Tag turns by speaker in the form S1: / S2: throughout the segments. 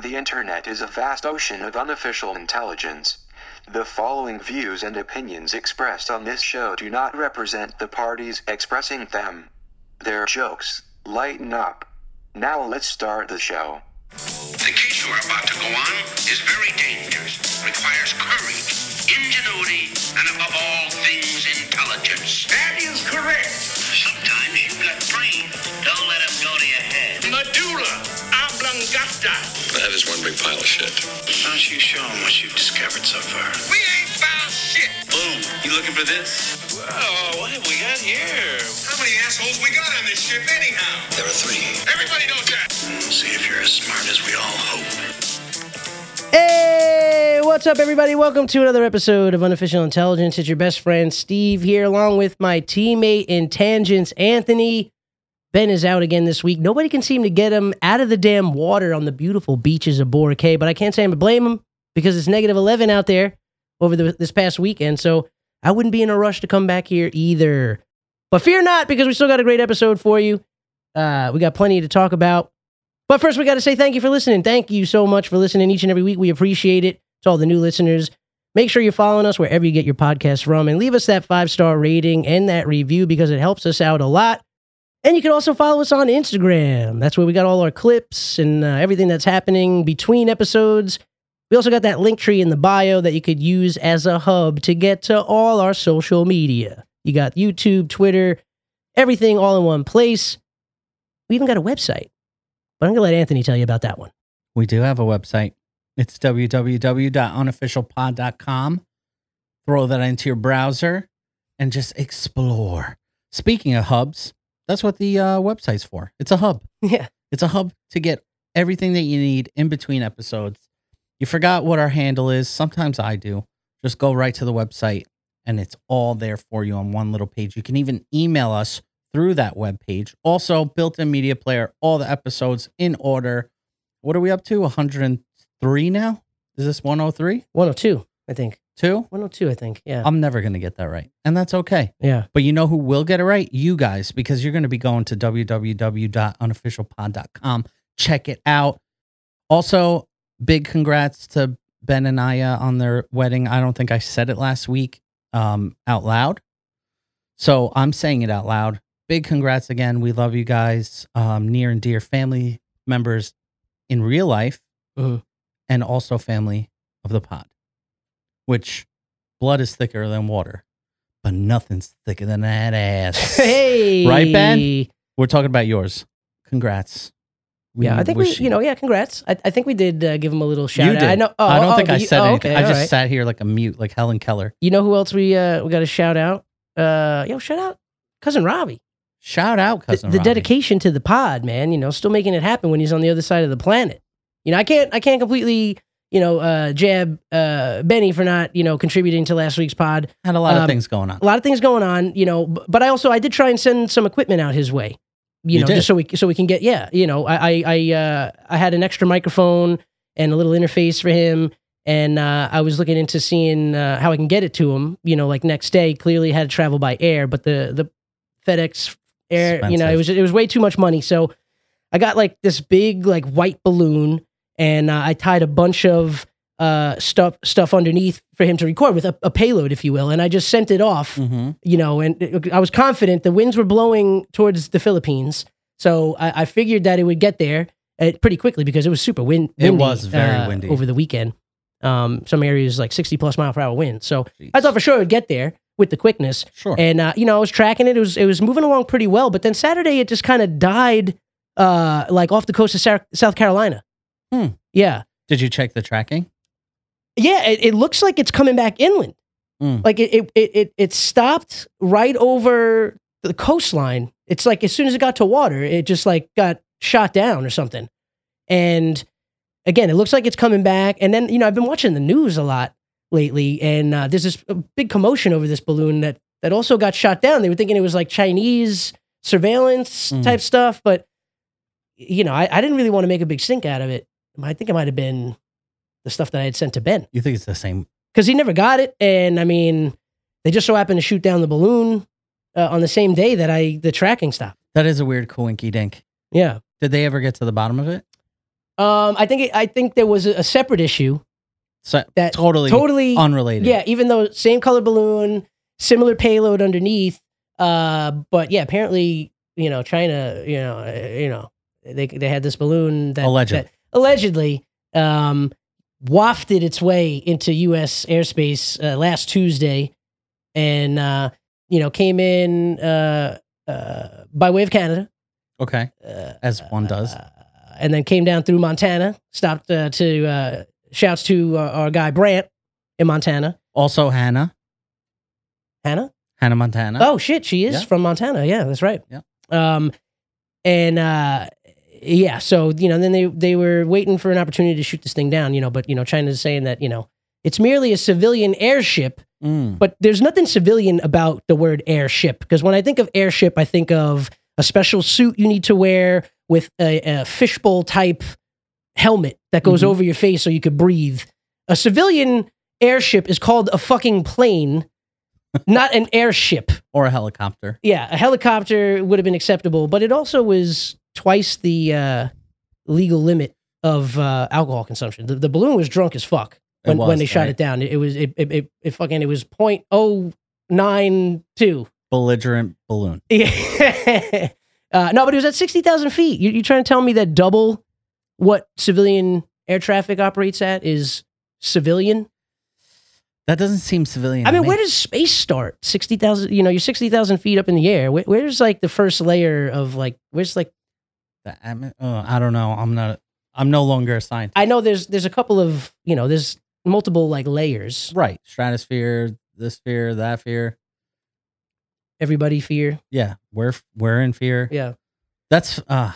S1: The internet is a vast ocean of unofficial intelligence. The following views and opinions expressed on this show do not represent the parties expressing them. They're jokes. Lighten up. Now let's start the show.
S2: The case you are about to go on is very dangerous, requires courage, ingenuity, and above all things, intelligence. That is correct. Sometimes you've got brains. Don't let them go to your head. Medulla oblongata.
S3: That is one big pile of shit.
S2: Why don't you show them what you've discovered so far? We ain't found shit.
S3: Boom. You looking for this? Whoa, what have we got here?
S2: How many assholes we got on this ship anyhow?
S3: There are three.
S2: Everybody knows that. Hmm, See if you're as smart as we all hope.
S4: Hey, what's up, everybody? Welcome to another episode of Unofficial Intelligence. It's your best friend Steve here, along with my teammate in tangents, Anthony. Ben is out again this week. Nobody can seem to get him out of the damn water on the beautiful beaches of Boracay, but I can't say I'm to blame him because it's negative 11 out there over the, this past weekend, so I wouldn't be in a rush to come back here either. But fear not, because we still got a great episode for you. Uh, we got plenty to talk about. But first, we got to say thank you for listening. Thank you so much for listening each and every week. We appreciate it to all the new listeners. Make sure you're following us wherever you get your podcast from and leave us that five star rating and that review because it helps us out a lot. And you can also follow us on Instagram. That's where we got all our clips and uh, everything that's happening between episodes. We also got that link tree in the bio that you could use as a hub to get to all our social media. You got YouTube, Twitter, everything all in one place. We even got a website, but I'm going to let Anthony tell you about that one.
S5: We do have a website. It's www.unofficialpod.com. Throw that into your browser and just explore. Speaking of hubs, that's what the uh, website's for. It's a hub.
S4: Yeah.
S5: It's a hub to get everything that you need in between episodes. You forgot what our handle is. Sometimes I do. Just go right to the website and it's all there for you on one little page. You can even email us through that web page. Also, built in media player, all the episodes in order. What are we up to? 103 now? Is this 103?
S4: 102, I think.
S5: Two?
S4: 102, I think. Yeah.
S5: I'm never going to get that right. And that's okay.
S4: yeah.
S5: But you know who will get it right? You guys, because you're going to be going to www.unofficialpod.com. Check it out. Also, big congrats to Ben and Aya on their wedding. I don't think I said it last week um, out loud. So I'm saying it out loud. Big congrats again. We love you guys, um, near and dear family members in real life
S4: Mhm.
S5: and also family of the pod, which blood is thicker than water, but nothing's thicker than that ass.
S4: Hey.
S5: Right, Ben? We're talking about yours. Congrats. We
S4: yeah, I think we,
S5: wish
S4: you know, yeah, congrats. I, I think we did uh, give him a little shout out.
S5: did.
S4: I know. Oh,
S5: I don't
S4: oh,
S5: think I
S4: you-
S5: said
S4: oh,
S5: anything.
S4: okay,
S5: I
S4: all
S5: just
S4: right.
S5: sat here like a mute, like Helen Keller.
S4: You know who else we uh, we got to shout out? Uh, yo, shout out cousin Robbie.
S5: Shout out,
S4: The-
S5: cousin.
S4: the
S5: Robbie.
S4: dedication to the pod, man. You know, still making it happen when he's on the other side of the planet. You know, I can't I can't completely you know uh, jab uh, Benny for not you know contributing to last week's pod.
S5: had a lot
S4: um,
S5: of things going on.
S4: a lot of things going on, you know. b- But I also I did try and send some equipment out his way, you,
S5: You
S4: know,
S5: did.
S4: just so we so we can get yeah, you know. I I I, uh, I had an extra microphone and a little interface for him, and uh, I was looking into seeing uh, how I can get it to him, you know, like next day. Clearly had to travel by air, but the the FedEx air, you know, it
S5: Expensive.
S4: was it was way too much money. So I got like this big like white balloon, and uh, I tied a bunch of uh stuff stuff underneath for him to record with a, a payload if you will and i just sent it off
S5: Mhm.
S4: you know, and I was confident the winds were blowing towards the Philippines. So I, I figured that it would get there uh, pretty quickly because it was super wind,
S5: It
S4: windy. uh,
S5: was very windy.
S4: over the weekend. Um, some areas like 60 plus mile per hour wind. So I
S5: Jeez.
S4: thought for sure it would get there with the quickness.
S5: Sure.
S4: And uh, you know, I was tracking it. It was it was moving along pretty well, but then Saturday it just kind of died, uh, like off the coast of Sar- South Carolina.
S5: Hmm.
S4: Yeah,
S5: Did you check the tracking?
S4: yeah, it, it looks like it's coming back inland.
S5: Mm.
S4: Like it, it, it, it, it stopped right over the coastline. It's like as soon as it got to water, it just like got shot down or something. And again, it looks like it's coming back. And then you know, I've been watching the news a lot lately, and uh, there's this uh, big commotion over this balloon that that also got shot down. They were thinking it was like Chinese surveillance
S5: Mm.
S4: type stuff, but you know, I, I didn't really want to make a big stink out of it. I think it might have been the stuff that I had sent to Ben
S5: You think it's the same?
S4: because he never got it. And I mean, they just so happened to shoot down the balloon uh, on the same day that I the tracking stopped.
S5: That is a weird coinky dink.
S4: Yeah.
S5: Did they ever get to the bottom of it?
S4: Um, I think it, I think there was a, a separate issue
S5: So
S4: that
S5: totally,
S4: totally
S5: unrelated.
S4: yeah. Even though same color balloon, similar payload underneath, uh, but yeah, apparently you know China, you know, uh, you know, they they had this balloon that
S5: Allegedly.
S4: that allegedly um, wafted its way into U.S. airspace uh, last Tuesday, and uh, you know came in uh, uh, by way of Canada.
S5: Okay.
S4: Uh,
S5: As one does.
S4: uh, and then came down through Montana, stopped uh, to uh, shouts to uh, our guy Brant in Montana.
S5: Also, Hannah,
S4: Hannah?
S5: Hannah Montana.
S4: Oh shit, she is
S5: Yeah.
S4: from Montana. Yeah, that's right.
S5: Yeah.
S4: Um, and uh, yeah, so you know, then they they were waiting for an opportunity to shoot this thing down, you know, but you know, China's saying that you know it's merely a civilian airship,
S5: Mm.
S4: but there's nothing civilian about the word airship because when I think of airship, I think of a special suit you need to wear with a, a fishbowl type helmet that goes
S5: Mhm.
S4: over your face so you could breathe. A civilian airship is called a fucking plane, not an airship.
S5: Or a helicopter.
S4: Yeah, a helicopter would have been acceptable, but it also was twice the uh, legal limit of uh, alcohol consumption. The, the balloon was drunk as fuck
S5: It
S4: when, when
S5: was,
S4: they shot
S5: right?
S4: it down. It, it was it, it, it, it fucking it was point oh nine two.
S5: Belligerent balloon.
S4: Yeah. uh, no, but it was at sixty thousand feet. You, you trying to tell me that double what civilian air traffic operates at is civilian?
S5: That doesn't seem civilian.
S4: I
S5: to
S4: mean,
S5: me.
S4: where does space start? Sixty thousand, you know, you're sixty thousand feet up in the air. Where, where's like the first layer of like? Where's like?
S5: That- I, mean, uh, I don't know. I'm not. I'm no longer a scientist.
S4: I know there's there's a couple of you know there's multiple like layers.
S5: right. Stratosphere. This fear. That fear.
S4: Everybody fear.
S5: Yeah. We're we're in fear.
S4: Yeah,
S5: That's uh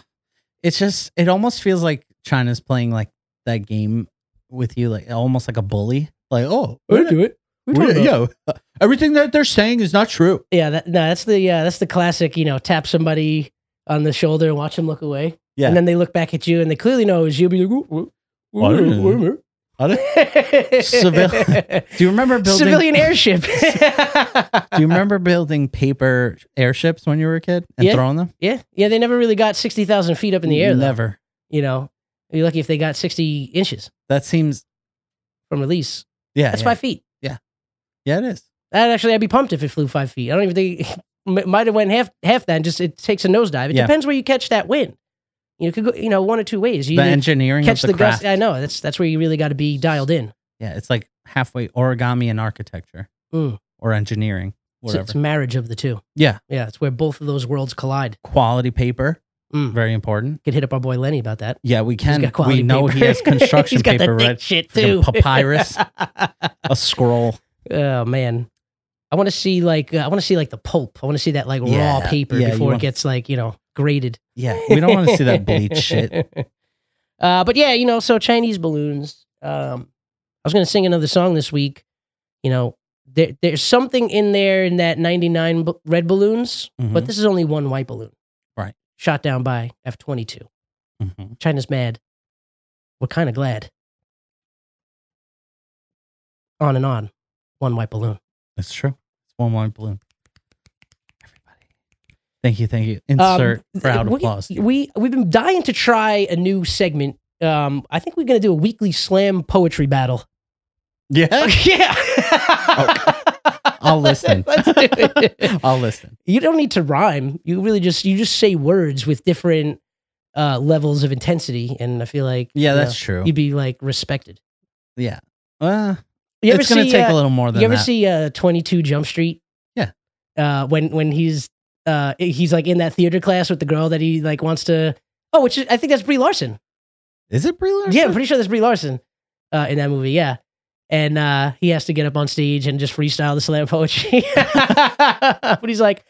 S5: it's just it almost feels like China's playing like that game with you, like almost like a bully. Like, oh,
S4: it.
S5: we're- yo, uh, everything that they're saying is not true.
S4: Yeah, that, no, that's the uh, that's the classic. You know, tap somebody on the shoulder and watch them look away.
S5: Yeah.
S4: and then they look back at you and they clearly know it was you. Be like, "Ooh, ooh, ooh,
S5: I don't know.
S4: ooh, ooh."
S5: I don't- Civil- Do you remember building?
S4: civilian airship.
S5: Do you remember building paper airships when you were a kid and
S4: Yeah.
S5: throwing them
S4: yeah, yeah. They never really got sixty thousand feet up in the air. Though.
S5: Never.
S4: You know, you're lucky if they got sixty inches
S5: That seems
S4: from release.
S5: yeah.
S4: That's
S5: yeah.
S4: five feet.
S5: Yeah, it is.
S4: That actually, I'd be pumped if it flew five feet. I don't even think m- might have went half half that. And just it takes a nosedive. It
S5: Yeah.
S4: depends where you catch that wind. You know, it could go you know one or two ways. You
S5: the
S4: either
S5: engineering
S4: catch
S5: of
S4: the,
S5: the, craft.
S4: gust. I know that's that's where you really got to be dialed in.
S5: yeah, it's like halfway origami and architecture
S4: Mm.
S5: or engineering,
S4: It's,
S5: whatever.
S4: it's marriage of the two.
S5: Yeah.
S4: yeah. It's where both of those worlds collide.
S5: Quality paper,
S4: Mm.
S5: very important.
S4: Could hit up our boy Lenny about that.
S5: Yeah, we
S4: He's
S5: can.
S4: got quality
S5: We know
S4: paper.
S5: he has construction
S4: He's got
S5: paper
S4: that thick
S5: ready.
S4: shit too.
S5: freaking papyrus. a scroll.
S4: oh man. I want to see like uh, I want to see like the pulp. I want to see that like raw
S5: Yeah,
S4: paper
S5: yeah, you
S4: before it
S5: want-
S4: gets like you know graded.
S5: Yeah, we don't want to see that bleach shit.
S4: Uh, but yeah, you know, so Chinese balloons. Um, I was going to sing another song this week. You know, there, there's something in there in that 99 b- red balloons, but
S5: Mhm.
S4: this is only one white balloon.
S5: Right.
S4: Shot down by F 22.
S5: Mhm.
S4: China's mad. We're kind of glad. On and on. One white balloon.
S5: That's true. It's one white balloon. Everybody, thank you, thank you. Insert
S4: Um,
S5: proud
S4: we,
S5: applause.
S4: We we've been dying to try a new segment. Um, I think we're gonna do a weekly slam poetry battle.
S5: Yeah,
S4: yeah.
S5: Oh. I'll listen.
S4: Let's do it.
S5: I'll listen.
S4: you don't need to rhyme. You really just you just say words with different uh, levels of intensity, and I feel like
S5: Yeah,
S4: you know,
S5: that's true.
S4: You'd be like respected.
S5: yeah, uh,
S4: You ever
S5: it's gonna
S4: see,
S5: take
S4: uh,
S5: a little more than
S4: you ever
S5: that.
S4: see uh, 22 Jump Street?
S5: Yeah.
S4: Uh, when when he's uh, he's like in that theater class with the girl that he like wants to. Oh, which is, I think that's Brie Larson.
S5: Is it Brie Larson?
S4: Yeah, I'm pretty sure that's Brie Larson uh, in that movie. Yeah. And uh, he has to get up on stage and just freestyle the slam poetry. but he's like,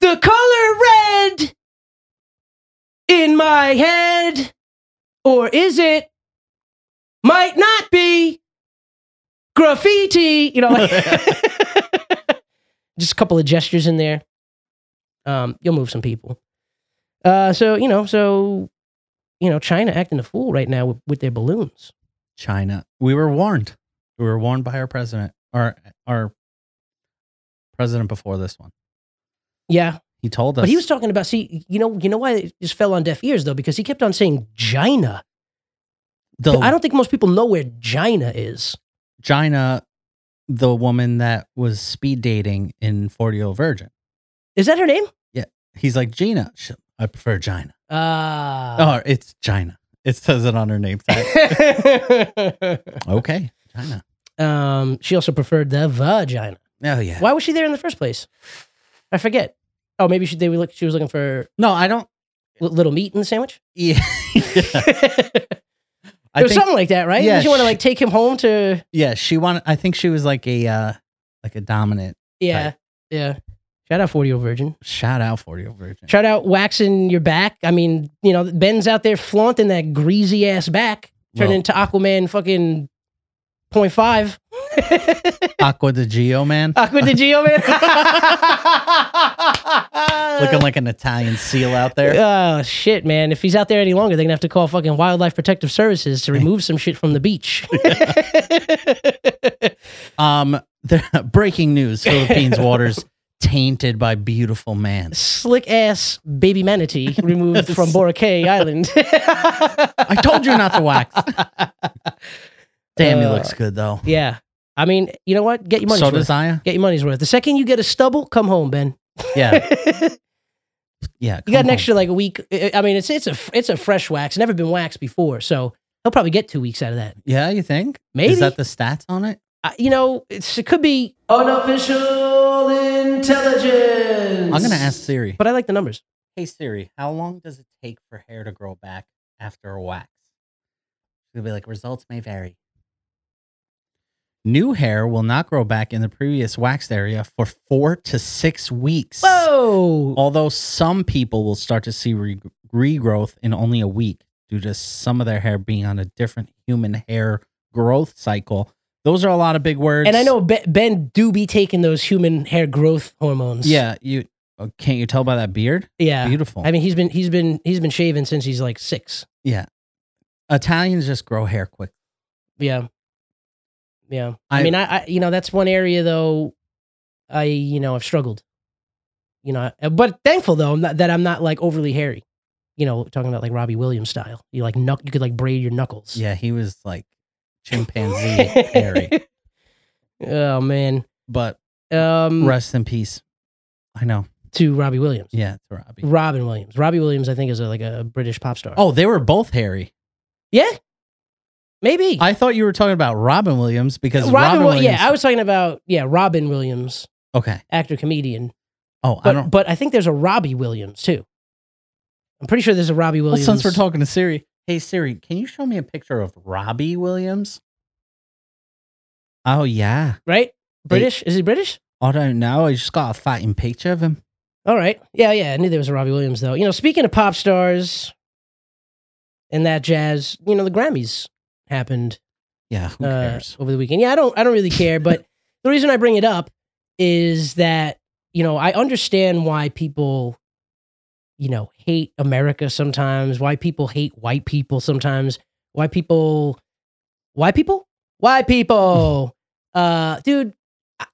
S4: the color red in my head, or is it? Might not be graffiti. You know, like just a couple of gestures in there. Um, you'll move some people. Uh, so you know, so you know, China acting a fool right now with, with their balloons.
S5: China. We were warned. We were warned by our president, our our president before this one.
S4: Yeah,
S5: He told us.
S4: but he was talking about see, you know, you know why it just fell on deaf ears though because he kept on saying China,
S5: the
S4: I don't think most people know where Gina is.
S5: Gina, the woman that was speed dating in 40 Year Old Virgin.
S4: Is that her name?
S5: He's like, Gina, She- I prefer Gina.
S4: Uh,
S5: oh, it's Gina. It says it on her name tag. okay, Gina.
S4: um, she also preferred the vagina.
S5: Oh, yeah.
S4: Why was she there in the first place? I forget. Oh, maybe she they were look, she was looking for
S5: No, I don't.
S4: li- little meat in the sandwich.
S5: Yeah.
S4: it
S5: I
S4: was
S5: think,
S4: something like that, right?
S5: Yeah,
S4: Yeah, you want to
S5: she-
S4: like take him home to
S5: yeah, she wanted, I think she was like a, uh, like a dominant
S4: yeah
S5: Right.
S4: yeah. Shout out forty year old virgin.
S5: shout out 40 Year Old Virgin.
S4: Shout out waxing your back. I mean, you know, Ben's out there flaunting that greasy ass back, turning
S5: Well-
S4: into Aquaman fucking point five.
S5: Aqua de Geo, man.
S4: Aqua de Gio, man.
S5: Looking like an Italian seal out there.
S4: Oh shit, man! If he's out there any longer, they're gonna have to call fucking Wildlife Protective Services to remove some shit from the beach.
S5: Um, the, breaking news: Philippines waters tainted by beautiful man.
S4: Slick ass baby manatee removed from Boracay Island.
S5: I told you not to wax. Damn, he
S4: Uh,
S5: looks good though.
S4: yeah, I mean, you know what? Get your money's
S5: So
S4: worth.
S5: does Zaya.
S4: Get your money's worth. The second you get a stubble, come home, Ben.
S5: Yeah,
S4: you
S5: yeah. come
S4: got an
S5: on.
S4: extra like a week. I I mean, it's it's a it's a fresh wax. Never been waxed before, so he'll probably get two weeks out of that.
S5: Yeah, you think?
S4: Maybe.
S5: Is that the stats on it?
S4: I- you know, it's, it could be unofficial intelligence.
S5: I'm gonna ask Siri.
S4: but I like the numbers.
S5: Hey Siri, how long does it take for hair to grow back after a wax? It'll be like results may vary. New hair will not grow back in the previous waxed area for four to six weeks.
S4: Whoa!
S5: Although some people will start to see re- regrowth in only a week due to some of their hair being on a different human hair growth cycle. Those are a lot of big words.
S4: and I know Be- Ben do be taking those human hair growth hormones.
S5: Yeah, you oh, can't you tell by that beard?
S4: yeah.
S5: Beautiful.
S4: I mean, he's been he's been he's been shaving since he's like six.
S5: Italians just grow hair quick.
S4: Yeah, yeah. I,
S5: I-
S4: mean, I, I you know that's one area though. I you know I've struggled. You know, but thankful though I'm not- that I'm not like overly hairy. You know, talking about like Robbie Williams style. You like knuck, you could like braid your knuckles.
S5: Yeah, he was like chimpanzee hairy.
S4: oh man.
S5: But
S4: Um,
S5: rest in peace. I know.
S4: to Robbie Williams.
S5: Yeah, it's Robbie.
S4: Robin Williams. Robbie Williams, I think, is a, like a British pop star.
S5: Oh, they were both hairy.
S4: yeah, maybe.
S5: I thought you were talking about Robin Williams because Robin,
S4: Wi-
S5: Williams.
S4: Yeah, I was talking about yeah Robin Williams,
S5: okay.
S4: actor comedian.
S5: Oh,
S4: But
S5: I
S4: I
S5: don't.
S4: but I think there's a Robbie Williams too. I'm pretty sure there's a Robbie
S5: Well,
S4: Williams.
S5: since we're talking to Siri, hey Siri, can you show me a picture of Robbie Williams? Oh yeah.
S4: right? British? Is he British?
S5: I don't know. I just got a fighting picture of him.
S4: All right. Yeah, yeah. I knew there was a Robbie Williams though. You know, speaking of pop stars and that jazz, you know, the Grammys happened
S5: Yeah, who
S4: uh,
S5: cares?
S4: over the weekend. Yeah, I don't I don't really care, but the reason I bring it up is that, you know, I understand why people you know, hate America sometimes, why people hate white people sometimes, why people why people? Why people? uh dude,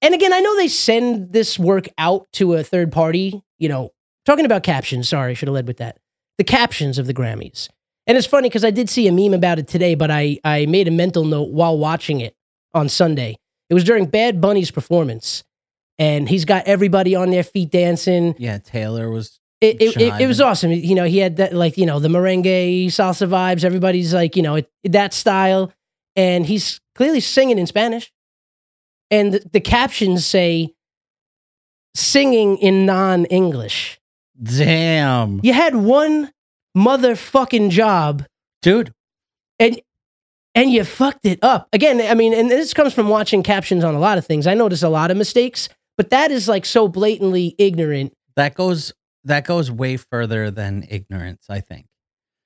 S4: and again, I know they send this work out to a third party, you know, talking about captions, sorry, should have led with that. The captions of the Grammys. And it's funny because I did see a meme about it today, but I, I made a mental note while watching it on Sunday. It was during Bad Bunny's performance, and he's got everybody on their feet dancing.
S5: yeah, Taylor was.
S4: It, it, it, it was
S5: Jiving.
S4: awesome. You know, he had that, like, you know, the merengue salsa vibes. Everybody's like, you know, it, that style. And he's clearly singing in Spanish. And the, the captions say, singing in non English.
S5: Damn,
S4: You had one motherfucking job
S5: dude.
S4: and you fucked it up again i mean and this comes from watching captions on a lot of things i notice a lot of mistakes but that is like so blatantly ignorant
S5: That goes that goes way further than ignorance. I think.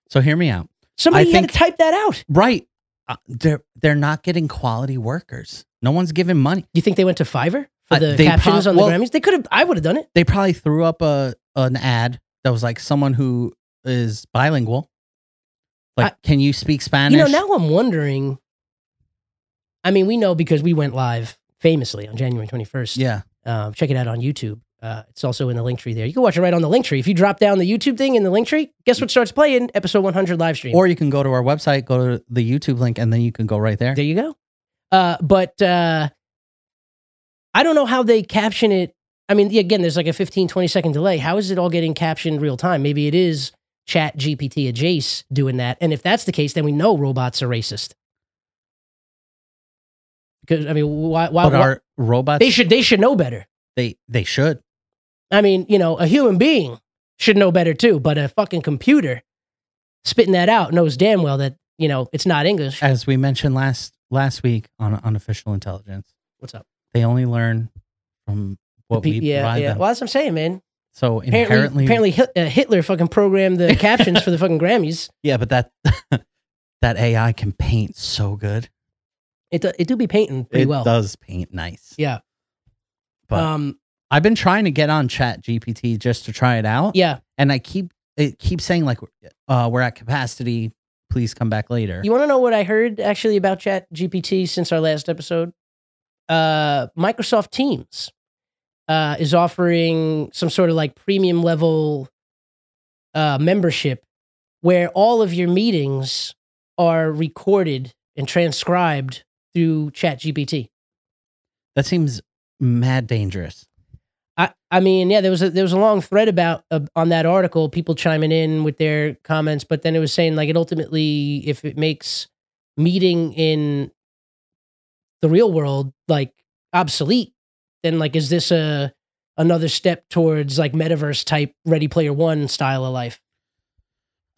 S5: So hear me out.
S4: somebody
S5: I
S4: had
S5: think-
S4: to type that out
S5: Right. Uh, they're they're not getting quality workers. No one's giving money.
S4: you think they went to fiverr for
S5: Uh,
S4: the
S5: they
S4: captions
S5: prob-
S4: on the
S5: well-
S4: grammys they could have i would have done it
S5: They probably threw up a an ad that was like someone who is bilingual. Like, can you speak Spanish?
S4: Uh, you know now i'm wondering i mean we know because we went live famously on january 21st
S5: yeah.
S4: um, check it out on youtube Uh, it's also in the link tree there. You can watch it right on the link tree. If you drop down the YouTube thing in the link tree, guess what starts playing? Episode 100 live stream.
S5: Or you can go to our website, go to the YouTube link, and then you can go right there.
S4: There you go. Uh, but uh, I don't know how they caption it. I mean, again, there's like a 15, 20 second delay. How is it all getting captioned real time? Maybe it is Chat GPT or Jace doing that. And if that's the case, then we know robots are racist. Because I mean, why? why,
S5: but
S4: why-
S5: our robots,
S4: they should they should know better.
S5: they they should.
S4: I mean, you know, a human being should know better too, but a fucking computer spitting that out knows damn well that you know it's not English.
S5: As we mentioned last last week on unofficial intelligence,
S4: What's up?
S5: they only learn from what we
S4: yeah,
S5: provide
S4: yeah.
S5: them.
S4: Well, that's what I'm saying, man.
S5: so
S4: Apparently,
S5: inherently,
S4: apparently Hit- uh, Hitler fucking programmed the captions for the fucking Grammys.
S5: yeah, but that that AI can paint so good.
S4: It do, it do be painting pretty
S5: it
S4: well.
S5: does paint nice.
S4: Yeah.
S5: But
S4: um.
S5: I've been trying to get on Chat GPT just to try it out.
S4: Yeah.
S5: And I keep it keeps saying like uh, we're at capacity. Please come back later.
S4: You want to know what I heard actually about Chat GPT since our last episode? Uh, Microsoft Teams uh, is offering some sort of like premium level uh, membership where all of your meetings are recorded and transcribed through Chat GPT.
S5: that seems mad dangerous.
S4: I, I mean, yeah, there was a, there was a long thread about uh, on that article, people chiming in with their comments, but then it was saying like it ultimately, if it makes meeting in the real world like obsolete, then like is this a another step towards like metaverse type Ready Player One style of life?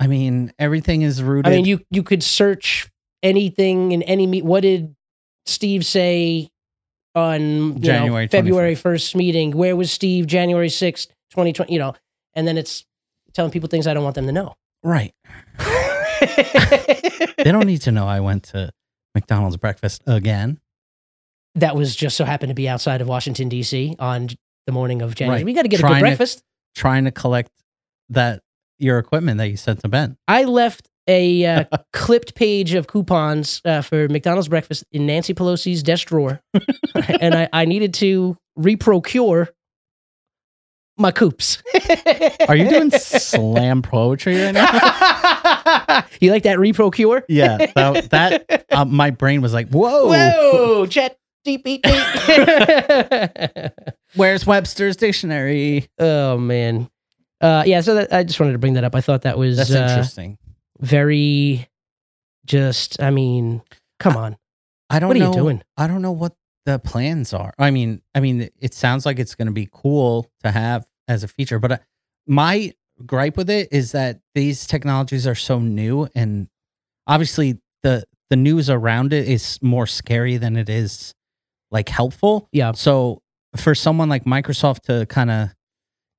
S5: I mean, everything is rooted.
S4: I mean, you you could search anything in any meet. What did Steve say on you
S5: January
S4: know, February first meeting? Where was Steve January sixth, twenty twenty? You know, and then it's telling people things I don't want them to know.
S5: right. They don't need to know I went to McDonald's breakfast again.
S4: that was just so happened to be outside of Washington D.C. on the morning of January.
S5: Right.
S4: We got to get a
S5: Trying
S4: good
S5: to-
S4: breakfast.
S5: Trying to collect that your equipment that you sent to Ben.
S4: I left a uh, clipped page of coupons uh, for McDonald's breakfast in Nancy Pelosi's desk drawer, and I, I needed to reprocure my coops.
S5: Are you doing slam poetry right now?
S4: you like that reprocure?
S5: Yeah, that, that uh, my brain was like, whoa,
S4: Whoa, chat GPT.
S5: where's Webster's dictionary?
S4: oh man, uh, yeah. So that, I just wanted to bring that up. I thought that was
S5: That's
S4: uh,
S5: interesting.
S4: very, just. I mean, come on.
S5: I don't
S4: What are
S5: know.
S4: you doing?
S5: I don't know what the plans are. I mean, I mean, it sounds like it's going to be cool to have as a feature, but uh, my gripe with it is that these technologies are so new, and obviously the the news around it is more scary than it is like helpful.
S4: Yeah.
S5: So for someone like Microsoft to kind of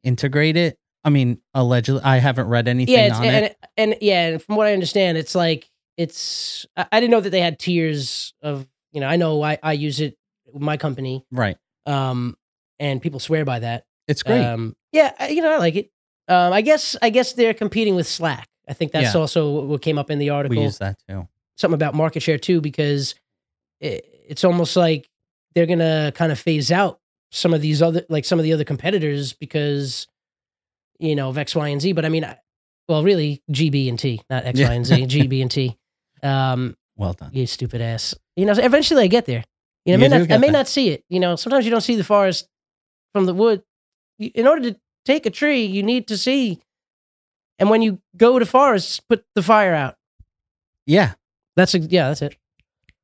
S5: integrate it, I mean, allegedly, I haven't read anything
S4: yeah, it's,
S5: on
S4: and,
S5: it.
S4: and yeah, and from what I understand, it's like it's. I, I didn't know that they had tiers of. You know, I know I, I use it with my company,
S5: Right.
S4: um, and people swear by that.
S5: It's great.
S4: Um, yeah, I- you know, I like it. Um, I guess I guess they're competing with Slack. I think that's
S5: Yeah.
S4: also what- what came up in the
S5: we
S4: article.
S5: use that too.
S4: Something about market share too, because it, it's almost like they're gonna kind of phase out some of these other, like some of the other competitors, because you know of X, Y, and Z. But I mean, I, well, really, G, B, and T, not X,
S5: Yeah.
S4: Y, and Z, G, B, and T. Um,
S5: Well done.
S4: you stupid ass. You know, eventually I get there. You know, I
S5: You
S4: may,
S5: do
S4: not, I
S5: get
S4: may
S5: there.
S4: not see it. You know, sometimes you don't see the forest from the wood. You- In order to take a tree, you need to see. And when you go to forests, put the fire out.
S5: Yeah.
S4: That's a, yeah, that's it.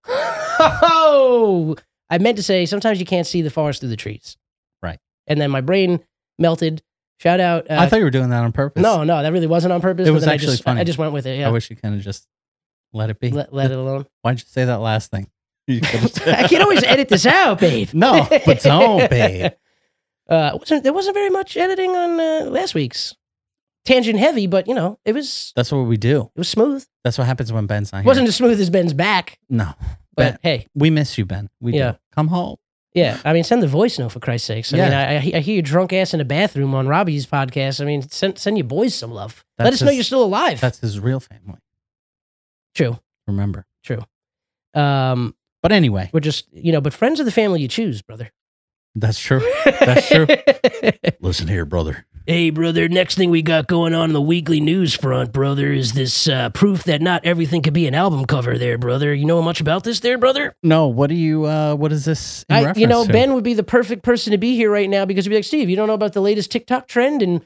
S4: oh, I meant to say sometimes you can't see the forest through the trees.
S5: Right.
S4: And then my brain melted. Shout out. Uh,
S5: I thought you were doing that on purpose.
S4: no, no, that really wasn't on purpose.
S5: It
S4: but
S5: was
S4: then
S5: actually
S4: I just,
S5: funny.
S4: I just went with
S5: I
S4: it. Yeah.
S5: wish you kind of just let it be.
S4: Let, let it alone.
S5: Why'd you say that last thing? You could've said-
S4: I can always edit this out, babe.
S5: No, but don't, babe.
S4: Uh, wasn't there wasn't very much editing on uh, last week's tangent heavy, but you know it was
S5: That's what we do.
S4: it was smooth.
S5: That's what happens when Ben's not
S4: It
S5: here.
S4: wasn't as smooth as Ben's back,
S5: no. Ben-
S4: but hey,
S5: We miss you, Ben. We
S4: Yeah.
S5: do. Come home.
S4: yeah. I mean, send the voice note for Christ's sakes. I mean, I, I he- I hear your drunk ass in the bathroom on Robbie's podcast. I mean, send send your boys some love. Let
S5: That's
S4: us know
S5: his-
S4: you're still alive.
S5: That's his real family.
S4: true.
S5: Remember.
S4: Um,
S5: But anyway,
S4: we're just you know, but friends are the family you choose, brother.
S5: That's true. That's true. Listen here, brother.
S4: Hey, brother, next thing we got going on in the weekly news front, brother, is this uh, proof that not everything could be an album cover there, brother. You know much about this there, brother?
S5: No, what do you? Uh, what is this? in
S4: I, you
S5: reference
S4: know,
S5: to?
S4: Ben would be the perfect person to be here right now because he'd be like, Steve, you don't know about the latest TikTok trend and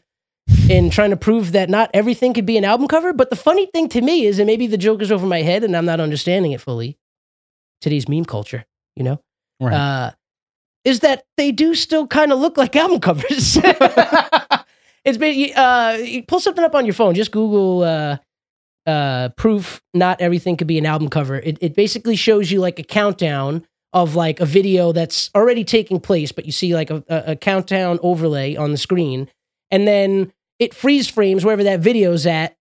S4: and trying to prove that not everything could be an album cover. But the funny thing to me is, and maybe the joke is over my head and I'm not understanding it fully, today's meme culture, you know?
S5: Right.
S4: uh, is that they do still kind of look like album covers. it's been uh, you pull something up on your phone. Just Google uh, uh, proof. Not everything could be an album cover. It, it basically shows you like a countdown of like a video that's already taking place, but you see like a, a, a countdown overlay on the screen, and then it freeze frames wherever that video's at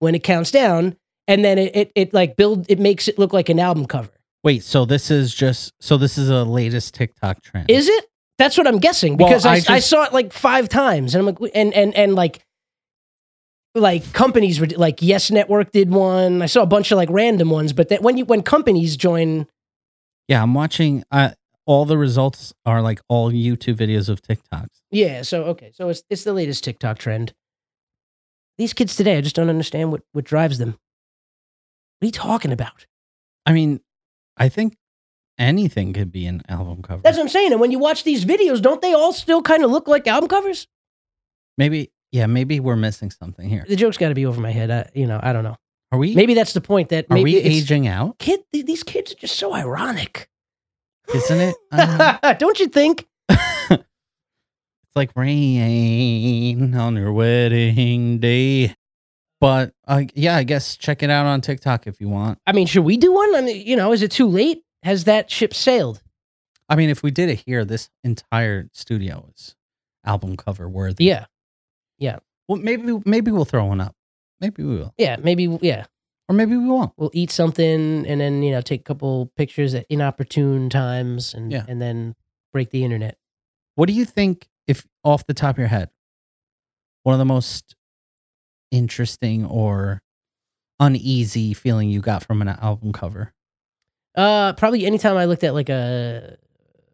S4: when it counts down, and then it it, it like build it makes it look like an album cover.
S5: Wait, so this is just so this is a latest TikTok trend.
S4: Is it? That's what I'm guessing
S5: Well,
S4: because I,
S5: I
S4: I,
S5: just-
S4: saw it like five times, and I'm like, w- and and and like, like companies were like Yes Network did one. I saw a bunch of like random ones, but that when you when companies join,
S5: yeah, I'm watching. Uh, all the results are like all YouTube videos of TikToks.
S4: yeah. So okay, so it's it's the latest TikTok trend. These kids today, I just don't understand what what drives them. What are you talking about?
S5: I mean, I think anything could be an album cover.
S4: That's what I'm saying. And when you watch these videos, don't they all still kind of look like album covers?
S5: maybe, yeah, maybe we're missing something here.
S4: The joke's got to be over my head. I, you know, I don't know.
S5: Are we?
S4: Maybe that's the point. That
S5: are
S4: maybe
S5: we
S4: it's-
S5: aging out?
S4: kid th- these kids are just so ironic
S5: Isn't it? Uh,
S4: don't you think
S5: it's like rain on your wedding day. But uh, yeah, I guess check it out on TikTok if you want.
S4: i mean should we do one i mean you know is it too late has that ship sailed
S5: I mean, if we did it here, this entire studio is album cover worthy.
S4: yeah
S5: Well, maybe maybe we'll throw one up. Maybe we will,
S4: yeah maybe yeah
S5: or maybe we won't.
S4: we'll eat something and then you know take a couple pictures at inopportune times and
S5: Yeah.
S4: and then break the internet
S5: What do you think, if off the top of your head, one of the most interesting or uneasy feeling you got from an album cover?
S4: uh probably anytime i looked at like a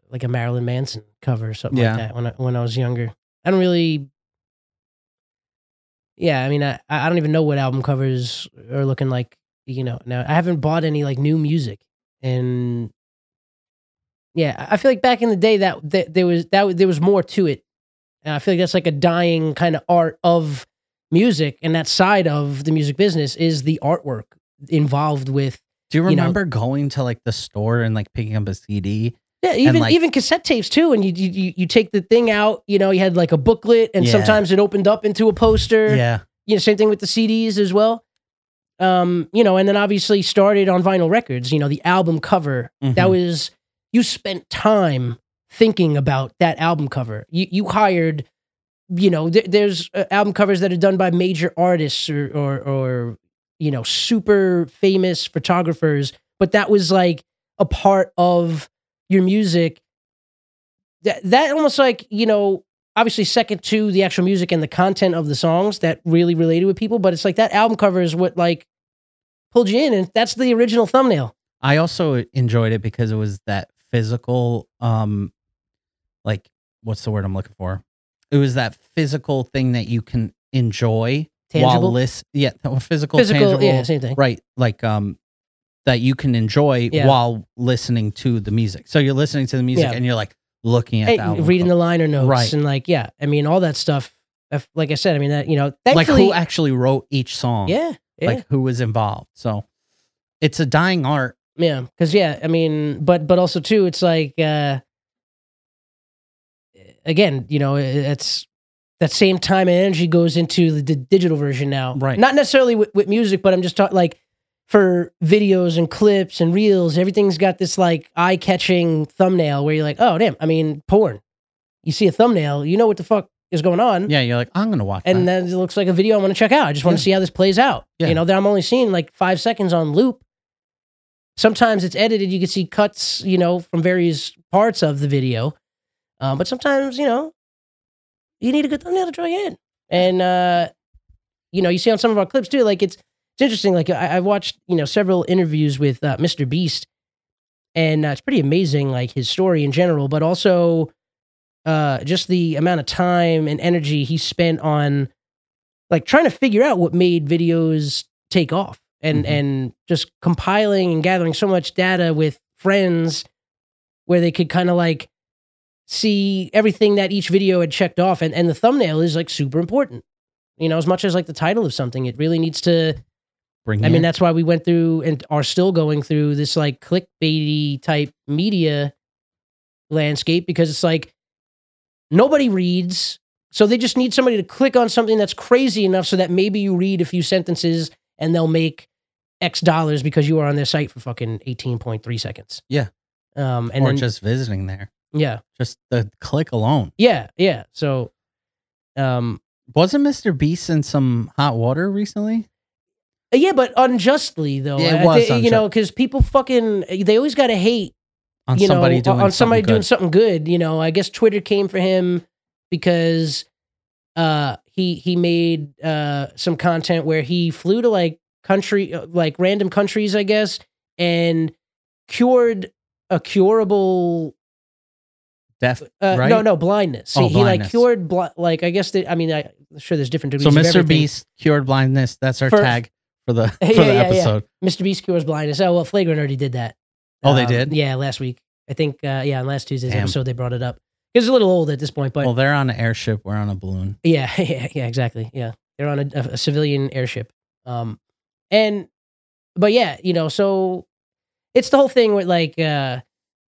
S4: like a marilyn manson cover or something
S5: Yeah.
S4: like that when i when i was younger i don't really yeah i mean i i don't even know what album covers are looking like you know now i haven't bought any like new music and yeah i I feel like back in the day that, that there was that there was more to it and i feel like that's like a dying kind of art of music and that side of the music business is the artwork involved with
S5: Do you
S4: You know-
S5: remember going to like the store and like picking up a CD?
S4: Yeah, even
S5: like-
S4: even cassette tapes too. And you, you you- you take the thing out. You know, you had like a booklet, and
S5: Yeah.
S4: sometimes it opened up into a poster.
S5: Yeah,
S4: You know, same thing with the CDs as well. Um, you know, and then obviously started on vinyl records. You know, the album cover that
S5: Mhm.
S4: was you spent time thinking about that album cover. You you hired, you know, th- there's uh, album covers that are done by major artists or, or or you know super famous photographers, but that was like a part of your music. That that almost like you know obviously second to the actual music and the content of the songs that really related with people, but it's like that album cover is what like pulled you in, and that's the original thumbnail.
S5: I also enjoyed it because it was that physical, um, like what's the word I'm looking for? It was that physical thing that you can enjoy while
S4: Tangible,
S5: list, yeah, no, physical,
S4: physical,
S5: tangible,
S4: yeah, same thing.
S5: right? Like, um, that you can enjoy
S4: Yeah.
S5: while listening to the music. So you're listening to the music
S4: Yeah.
S5: and you're like looking at
S4: Hey,
S5: the album
S4: reading the
S5: cover.
S4: liner notes
S5: Right.
S4: and like yeah i mean all that stuff if- like i said i mean that you know
S5: like
S4: thankfully
S5: who actually wrote each song,
S4: yeah yeah
S5: like who was involved. So it's a dying art.
S4: yeah because yeah i mean but but also too it's like uh again you know it's that same time and energy goes into the d- digital version now
S5: Right.
S4: not necessarily with, with music but i'm just talking like for videos and clips and reels everything's got this like eye-catching thumbnail where you're like oh damn i mean porn you see a thumbnail you know what the fuck is going on
S5: Yeah, you're like, I'm gonna watch.
S4: Mm. and
S5: that.
S4: then it looks like a video I want to check out. I just want
S5: Yeah.
S4: to see how this plays out.
S5: Yeah.
S4: You know, that I'm only seeing like five seconds on loop. Sometimes it's edited. You can see cuts, you know, from various parts of the video. Um, but sometimes, you know, you need a good thumbnail to draw you in. And, uh, you know, you see on some of our clips too, like it's, it's interesting. Like I, I watched, you know, several interviews with uh, Mr. Beast and uh, it's pretty amazing, like his story in general, but also uh, just the amount of time and energy he spent on like trying to figure out what made videos take off and
S5: Mhm.
S4: and just compiling and gathering so much data with friends where they could kind of like see everything that each video had checked off and and the thumbnail is like super important you know as much as like the title of something it really needs to
S5: Bring
S4: I
S5: it.
S4: mean, that's why we went through and are still going through this like clickbaity type media landscape because it's like nobody reads. So they just need somebody to click on something that's crazy enough so that maybe you read a few sentences and they'll make X dollars because you are on their site for fucking 18.3 seconds.
S5: Yeah.
S4: Um, and
S5: or
S4: then,
S5: just visiting there.
S4: yeah,
S5: Just the click alone.
S4: yeah, yeah. So, um,
S5: Wasn't Mr. Beast in some hot water recently?
S4: yeah, but unjustly though,
S5: Yeah, it
S4: I- I
S5: was
S4: thi- you know, because people fucking they always got to hate
S5: On
S4: you know,
S5: somebody doing
S4: on somebody
S5: something
S4: doing
S5: good.
S4: something good. You know, I guess Twitter came for him because uh, he he made uh, some content where he flew to like country, uh, like random countries, I guess, and cured a curable
S5: deaf,
S4: uh,
S5: right?
S4: no no blindness.
S5: Oh,
S4: he, he, like
S5: blindness.
S4: cured bli- like I guess the, I mean I, am sure there's different
S5: So
S4: degrees. of
S5: Mr.
S4: everything.
S5: Beast cured blindness. That's our
S4: For-
S5: tag for the for
S4: Yeah,
S5: the
S4: yeah, yeah.
S5: episode.
S4: Mr. Beast cures blindness. Oh well, Flagrant already did that. Um,
S5: Oh, they did?
S4: Yeah, last week. I think uh, yeah, on last Tuesday's
S5: Damn.
S4: episode they brought it up. It's a little old at this point, but
S5: Well, they're on an airship. We're on a balloon.
S4: Yeah, yeah, yeah, exactly. Yeah, they're on a, a civilian airship. Um, and but yeah, you know, so it's the whole thing with like uh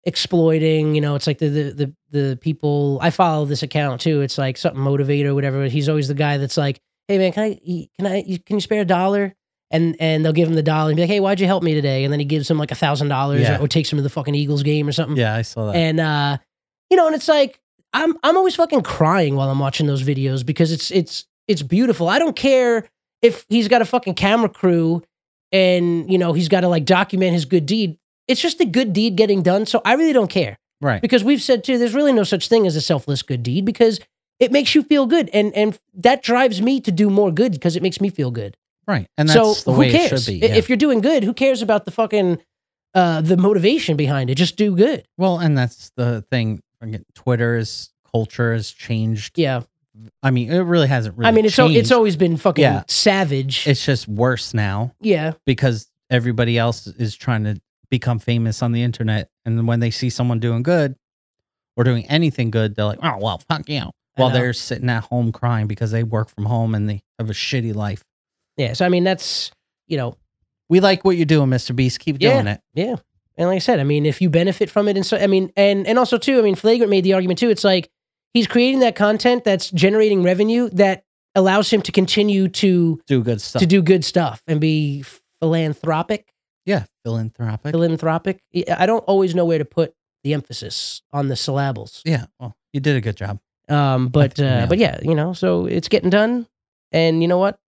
S4: exploiting. You know, it's like the the the, the people. I follow this account too. It's like something motivator, or whatever. He's always the guy that's like, "Hey man, can I e, can I can you spare a dollar?" And and they'll give him the dollar and be like, "Hey, why'd you help me today?" And then he gives him like a thousand dollars
S5: Yeah.
S4: or takes him to the fucking Eagles game or something
S5: Yeah, I saw that.
S4: Mm. and uh you know and it's like i'm i'm always fucking crying while i'm watching those videos because it's it's it's beautiful i don't care if he's got a fucking camera crew and you know he's got to like document his good deed it's just a good deed getting done so i really don't care
S5: Right.
S4: because we've said too there's really no such thing as a selfless good deed because it makes you feel good and and that drives me to do more good because it makes me feel good
S5: Right. And
S4: so
S5: that's the
S4: who
S5: way
S4: cares
S5: it should be.
S4: I-
S5: yeah.
S4: if you're doing good who cares about the fucking uh the motivation behind it just do good
S5: well, and that's the thing. Again, Twitter's culture has changed.
S4: yeah
S5: I mean, it really hasn't really
S4: I mean, it's al-
S5: changed.
S4: it's always been fucking
S5: Yeah.
S4: savage.
S5: it's just worse now
S4: yeah,
S5: because everybody else is trying to become famous on the internet. And when they see someone doing good or doing anything good, they're like, oh, well, fuck you.
S4: I
S5: While
S4: know.
S5: they're sitting at home crying because they work from home and they have a shitty life.
S4: yeah. So I mean, that's you know,
S5: We like what you're doing, Mr. Beast. Keep doing it.
S4: yeah. And like I said, I mean, if you benefit from it, and so I mean, and and also too, I mean, Flagrant made the argument too. It's like he's creating that content that's generating revenue that allows him to continue to
S5: Do good stuff.
S4: to do good stuff and be philanthropic.
S5: yeah. Philanthropic.
S4: Philanthropic. I don't always know where to put the emphasis on the syllables.
S5: yeah. Well, you did a good job.
S4: Um, but
S5: think we
S4: uh,
S5: nailed
S4: but yeah, you know, so it's getting done. And you know what?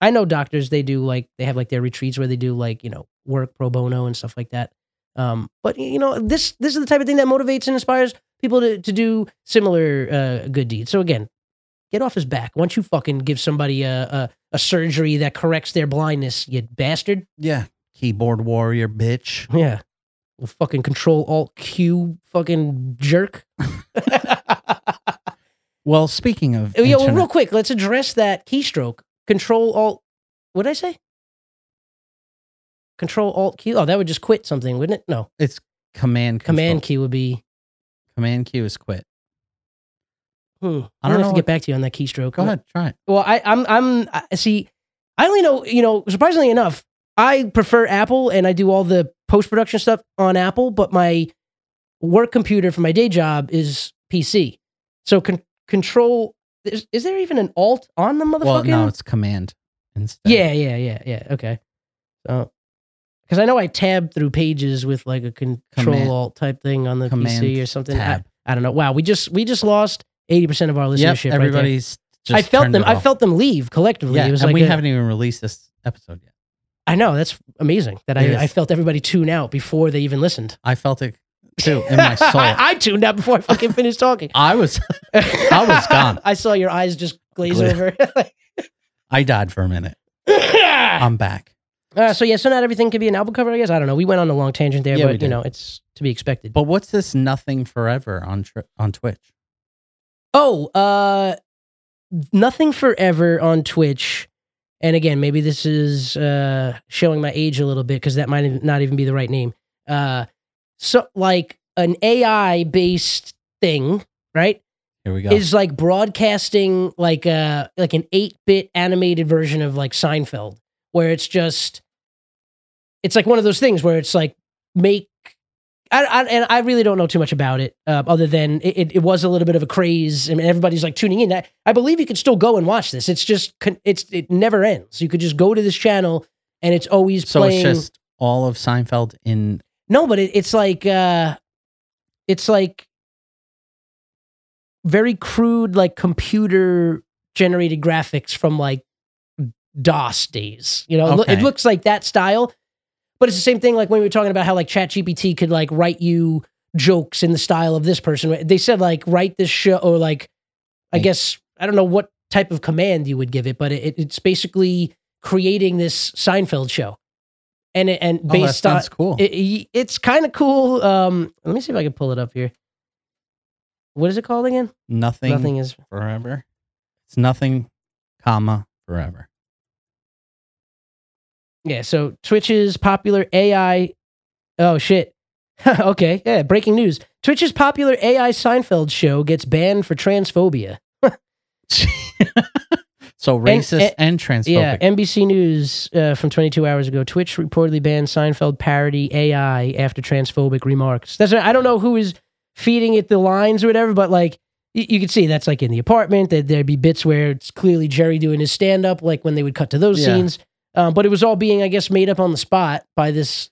S4: I know doctors they do like they have like their retreats where they do like you know work pro bono and stuff like that. Um, but y- you know this this is the type of thing that motivates and inspires people to to do similar uh, good deeds. So again, get off his back. Once you fucking give somebody a, a a surgery that corrects their blindness, you bastard.
S5: Yeah. Keyboard warrior, bitch.
S4: Yeah, Well, fucking control alt Q fucking jerk.
S5: Well, speaking of.
S4: Oh, yeah, well,
S5: internet-
S4: real quick, let's address that keystroke. Control Alt. What did I say? Control Alt Q. Oh, that would just quit something, wouldn't it? No,
S5: it's command
S4: Command
S5: control.
S4: Q would be.
S5: Command Q is quit.
S4: Hmm.
S5: I
S4: I don't
S5: don't
S4: have
S5: know
S4: to
S5: what-
S4: get back to you on that keystroke.
S5: Go ahead. Try it.
S4: Well, I, I'm, I'm. I, see, I only know. You know, surprisingly enough, I prefer Apple, and I do all the post production stuff on Apple. But my work computer for my day job is PC. So con- Control. Is, is there even an Alt on the motherfucking?
S5: Well, no, it's command instead.
S4: Yeah, yeah, yeah, yeah. Okay. So, because I know I tab through pages with like a control
S5: Command-
S4: alt type thing on the PC
S5: Command
S4: or something. I,
S5: Tab.
S4: I don't know. Wow, we just we just lost eighty percent of our
S5: Yep,
S4: listenership. right there.
S5: everybody's
S4: I
S5: just
S4: felt
S5: turned
S4: them.
S5: it
S4: I
S5: off.
S4: felt them leave collectively.
S5: Yeah,
S4: it was
S5: and
S4: like
S5: we
S4: a-
S5: haven't even released this episode yet.
S4: I know that's amazing that
S5: It
S4: I,
S5: is.
S4: I felt everybody tune out before they even listened.
S5: I felt it too in my soul.
S4: I,
S5: I,
S4: I tuned out before I fucking finished talking.
S5: was
S4: I
S5: was gone.
S4: I saw your eyes just glaze
S5: Gla-
S4: over.
S5: I died for a minute.
S4: Ah.
S5: I'm back.
S4: uh, so yeah, so not everything can be an album cover. I guess I don't know. We went on a long tangent there,
S5: Yeah, we
S4: but you
S5: did.
S4: know it's to be expected.
S5: But what's this nothing forever on tr- on Twitch?
S4: Oh, uh, nothing forever on Twitch. And again, maybe this is uh, showing my age a little bit because that might not even be the right name. Uh, so, like an AI based thing, right?
S5: Here we go.
S4: Is like broadcasting like a like an eight bit animated version of like Seinfeld, where it's just it's like one of those things where it's like make I, I and I really don't know too much about it, uh, other than it, it, it was a little bit of a craze, and everybody's like tuning in. I, I believe you can still go and watch this. It's just con- it's it never ends. You could just go to this channel, and it's always
S5: so
S4: playing.
S5: it's just all of Seinfeld in
S4: no, but it, it's like uh, it's like very crude, like computer generated graphics from like DOS days. You know, it loo- it
S5: Okay.
S4: looks like that style, but it's the same thing. Like when we were talking about how like ChatGPT could like write you jokes in the style of this person. They said like write this show or like I
S5: Right.
S4: guess I don't know what type of command you would give it, but it, it's basically creating this Seinfeld show. And it, and
S5: oh, that
S4: based on
S5: sounds cool.
S4: it- it- it's kind of cool. Um, let me see if I can pull it up here. What is it called again?
S5: nothing,
S4: Nothing is.
S5: forever. It's nothing, comma forever.
S4: Yeah. So Twitch's popular AI. Oh shit. okay. Yeah. Breaking news. Twitch's popular AI Seinfeld show gets banned for transphobia.
S5: So racist
S4: and-
S5: and, transphobic.
S4: Yeah. NBC News uh, from 22 hours ago. Twitch reportedly banned Seinfeld parody AI after transphobic remarks. That's. I don't know who is feeding it the lines or whatever, but like. you, you could see that's like in the apartment that there'd be bits where it's clearly Jerry doing his stand up, like when they would cut to those
S5: Yeah.
S4: scenes. Um, but it was all being, I guess, made up on the spot by this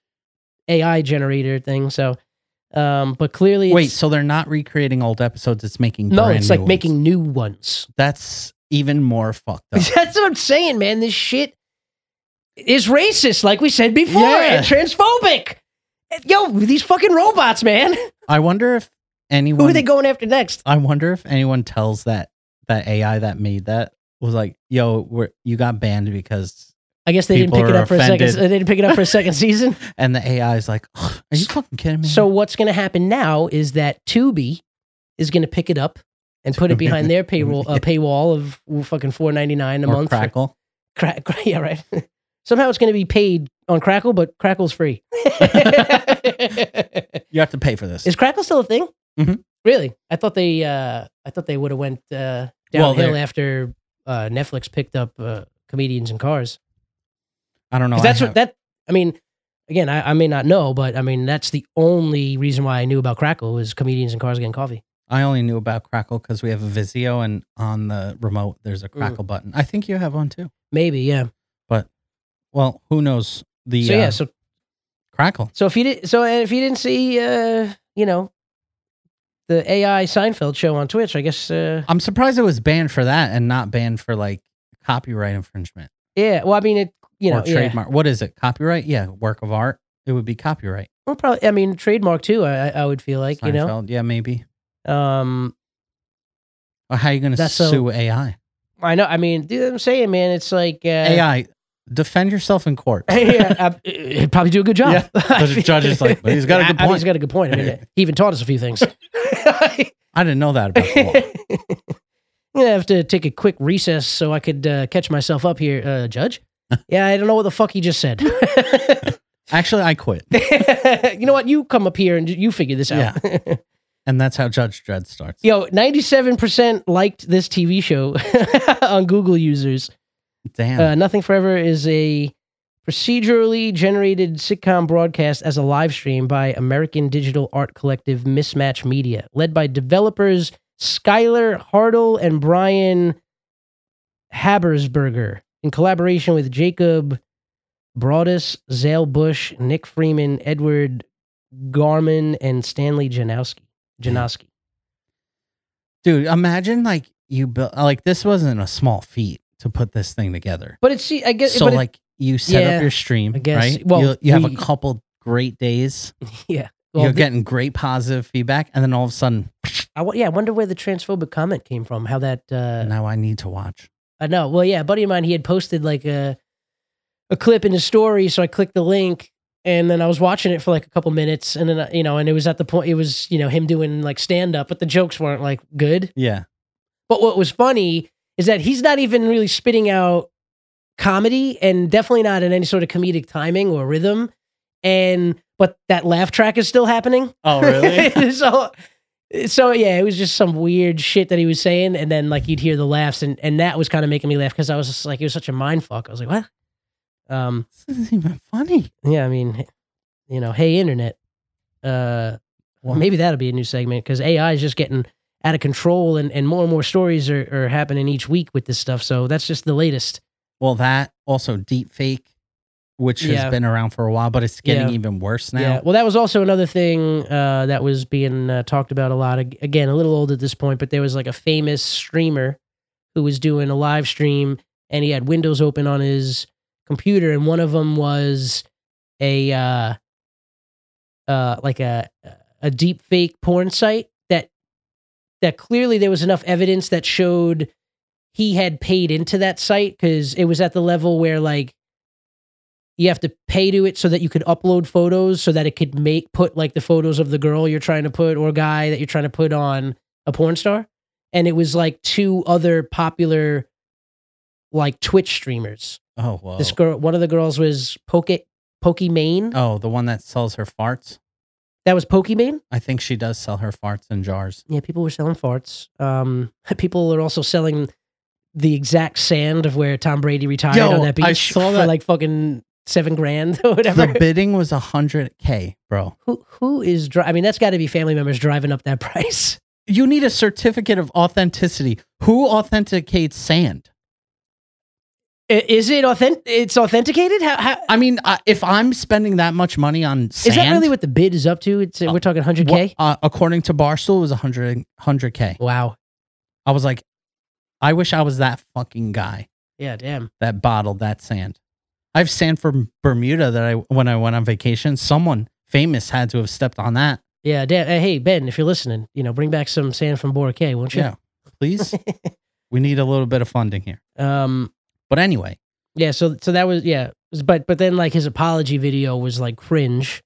S4: AI generator thing. So, um, but clearly,
S5: Wait,
S4: it's-
S5: so they're not recreating old episodes. It's making
S4: no,
S5: brand
S4: it's
S5: new
S4: like
S5: ones.
S4: making new ones.
S5: that's even more fucked up.
S4: That's what I'm saying, man. This shit is racist, like we said before,
S5: Yeah.
S4: and transphobic. Yo, these fucking robots, man.
S5: I wonder if anyone.
S4: Who are they going after next?
S5: I wonder if anyone tells that that AI that made that was like, "Yo, we're, you got banned because,"
S4: I guess they
S5: People
S4: didn't pick it
S5: are
S4: up for a second.
S5: offended.
S4: They didn't pick it up for a second season.
S5: and the AI is like, "Ugh, "Are you fucking kidding me?"
S4: So what's going to happen now is that Tubi is going to pick it up and put it behind their payroll uh, paywall of fucking four ninety nine a
S5: or
S4: month. for-
S5: crackle.
S4: Cra- cra- yeah, right. Somehow it's going to be paid on Crackle, but Crackle's free.
S5: you have to pay for this.
S4: is Crackle still a thing?
S5: Mhm.
S4: Really? I thought they uh, I thought they would have went uh,
S5: Well,
S4: downhill
S5: they're-
S4: after uh, Netflix picked up uh, comedians and cars.
S5: I don't know.
S4: 'Cause
S5: Oh, I
S4: that's
S5: have-
S4: what that. I mean, again, I, I may not know, but I mean that's the only reason why I knew about Crackle was comedians and cars getting coffee.
S5: I only knew about Crackle because we have a Vizio, and on the remote there's a Crackle button. I think you have one too.
S4: Maybe, yeah.
S5: Well, who knows the
S4: So
S5: uh,
S4: yeah, so
S5: Crackle?
S4: so if you did, so if you didn't see, uh, you know, the AI Seinfeld show on Twitch, I guess, uh,
S5: I'm surprised it was banned for that and not banned for like copyright infringement
S4: yeah. Well, I mean, it, you know,
S5: or
S4: yeah.
S5: trademark. What is it? Copyright? Yeah, work of art. It would be copyright.
S4: Well, probably, I mean, trademark too. I, I I would feel like,
S5: Seinfeld, yeah, maybe.
S4: you know, um,
S5: Or how are you going to
S4: That's a-
S5: sue AI?
S4: I know. I mean, dude, I'm saying, man, it's like uh,
S5: AI, defend yourself in court.
S4: yeah, I- it'd probably do a good job.
S5: Yeah, but the judge is like, "But he's got a
S4: I-
S5: good
S4: I mean,
S5: point."
S4: he's got a good point. I mean, he even taught us a few things.
S5: I didn't know that about the
S4: I'm
S5: law.
S4: gonna have to take a quick recess so I could uh, catch myself up here, uh, Judge. Yeah, I don't know what the fuck he just said.
S5: Actually, I quit.
S4: you know what? You come up here and you figure this out.
S5: And that's how Judge Dredd starts.
S4: Yo, ninety-seven percent liked this TV show on Google users.
S5: Damn.
S4: Uh, Nothing Forever is a procedurally generated sitcom broadcast as a live stream by American digital art collective Mismatch Media, led by developers Skylar Hartle and Brian Habersberger in collaboration with Jacob Broadus, Zale Bush, Nick Freeman, Edward Garman, and Stanley Janowski. Janowski.
S5: Dude, imagine like you built, like this wasn't a small feat to put this thing together.
S4: But it's see, I guess.
S5: So,
S4: but it-
S5: like, you set
S4: yeah,
S5: up your stream,
S4: I guess.
S5: right?
S4: Well,
S5: you, you have
S4: we-
S5: a couple great days.
S4: yeah. Well,
S5: You're
S4: the-
S5: getting great positive feedback. And then all of a sudden,
S4: I, wo- yeah, I wonder where the transphobic comment came from. How that uh,
S5: now I need to watch.
S4: I know. Well, yeah, a buddy of mine, he had posted like a a clip in his story, so I clicked the link and then I was watching it for like a couple minutes uh, and then I- you know, and it was at the point it was, you know, him doing like stand up, but the jokes weren't like good.
S5: Yeah.
S4: But what was funny is that he's not even really spitting out comedy and definitely not in any sort of comedic timing or rhythm. And but that laugh track is still happening.
S5: Oh, really?
S4: so so yeah, it was just some weird shit that he was saying, and then like you'd hear the laughs, and and that was kind of making me laugh because I was just like, it was such a mind fuck. I was like, what? Um,
S5: this isn't even funny.
S4: yeah, I mean, you know, hey internet, uh, well maybe that'll be a new segment because AI is just getting out of control, and and more and more stories are are happening each week with this stuff. So that's just the latest.
S5: Well, that also deep fake, which
S4: Yeah.
S5: has been around for a while, but it's getting
S4: Yeah.
S5: even worse now.
S4: Yeah. Well, that was also another thing uh, that was being uh, talked about a lot. Ag- Again, a little old at this point, but there was like a famous streamer who was doing a live stream and he had windows open on his computer, and one of them was a uh, uh, like a a deep fake porn site that that clearly there was enough evidence that showed he had paid into that site because it was at the level where like you have to pay to it so that you could upload photos so that it could make put like the photos of the girl you're trying to put or guy that you're trying to put on a porn star and it was like two other popular like twitch streamers
S5: Oh, whoa.
S4: this girl one of the girls was poke pokimane
S5: oh, the one that sells her farts.
S4: that was pokimane
S5: I think she does sell her farts in jars.
S4: yeah people were selling farts um people are also selling the exact sand of where tom brady retired
S5: Yo,
S4: on that beach
S5: I saw
S4: for
S5: that.
S4: like fucking seven grand or whatever
S5: The bidding was a 100K, bro.
S4: who who is dri- I mean that's got to be family members driving up that price.
S5: You need a certificate of authenticity. Who authenticates sand?
S4: I- Is it authentic? It's authenticated. How, how
S5: I mean, uh, if I'm spending that much money on sand,
S4: is that really what the bid is up to? It's we're talking hundred
S5: what-
S4: k.
S5: uh, according to Barstool, it was 100, 100K.
S4: Wow.
S5: I was like, I wish I was that fucking guy
S4: Yeah. Damn.
S5: that bottled that sand. I have sand from Bermuda that I when I went on vacation. Someone famous had to have stepped on that.
S4: Yeah. Damn. Uh, Hey Ben, if you're listening, you know, bring back some sand from Bora K, won't you?
S5: Yeah, please. we need a little bit of funding here.
S4: Um.
S5: But anyway,
S4: Yeah. So so that was yeah. But but then like his apology video was like cringe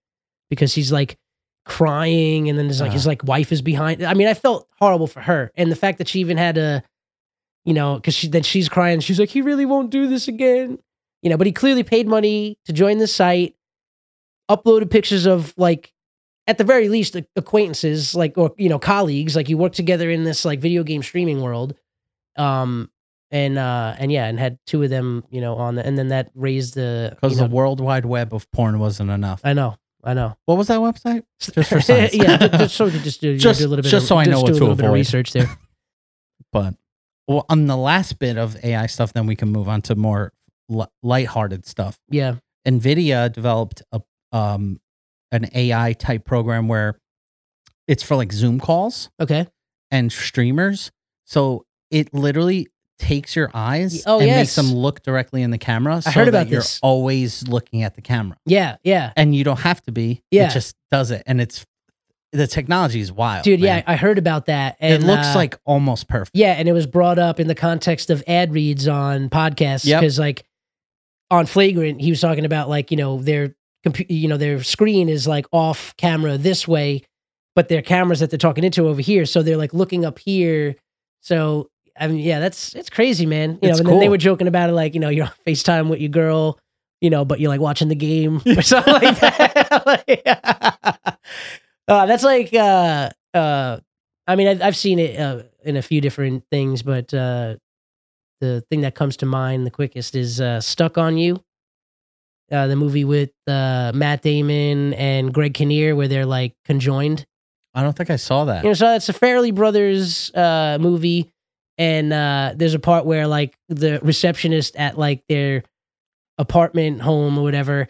S4: because he's like crying and then there's like
S5: Uh.
S4: his like wife is behind. I mean, I felt horrible for her and the fact that she even had a, you know, because she then she's crying. She's like, he really won't do this again, you know. But he clearly paid money to join the site, uploaded pictures of like. At the very least, ac- acquaintances like or you know colleagues like you work together in this like video game streaming world, um, and uh and yeah and had two of them you know on the and then that raised the
S5: because
S4: you know,
S5: the World Wide Web of porn wasn't enough.
S4: i know i know
S5: What was that website? Just for science.
S4: yeah ju- just so we could just do, you know,
S5: Just-
S4: do a little bit
S5: just
S4: of,
S5: so I know
S4: do
S5: what to
S4: a little bit of
S5: avoid.
S4: research there
S5: But well, on the last bit of AI stuff, then we can move on to more li- lighthearted stuff.
S4: yeah
S5: Nvidia developed a um an AI type program where it's for like Zoom calls
S4: okay
S5: and streamers. So it literally takes your eyes
S4: Oh,
S5: and
S4: yes.
S5: makes them look directly in the camera. So
S4: heard
S5: that
S4: about
S5: you're
S4: this.
S5: always looking at the camera.
S4: yeah yeah
S5: And you don't have to be.
S4: Yeah.
S5: It just does it. And it's the technology is wild.
S4: dude
S5: man.
S4: yeah i heard about that and
S5: it looks
S4: uh,
S5: like almost perfect.
S4: yeah and it was brought up in the context of ad reads on podcasts
S5: Yep.
S4: because like on flagrant he was talking about like you know their compu- you know their screen is like off camera this way but their cameras that they're talking into over here so they're like looking up here so i mean yeah that's it's crazy man you know
S5: It's
S4: and then they
S5: cool.
S4: were joking about it like you know you're on facetime with your girl you know but you're like watching the game or something like that Like, uh, that's like uh uh I mean, I've, I've seen it uh, in a few different things, but uh, the thing that comes to mind the quickest is uh, "Stuck on You," uh, the movie with uh, Matt Damon and Greg Kinnear, where they're like conjoined.
S5: I don't think I saw that.
S4: You know, so that's a Farrelly Brothers uh, movie, and uh, there's a part where like the receptionist at like their apartment home or whatever.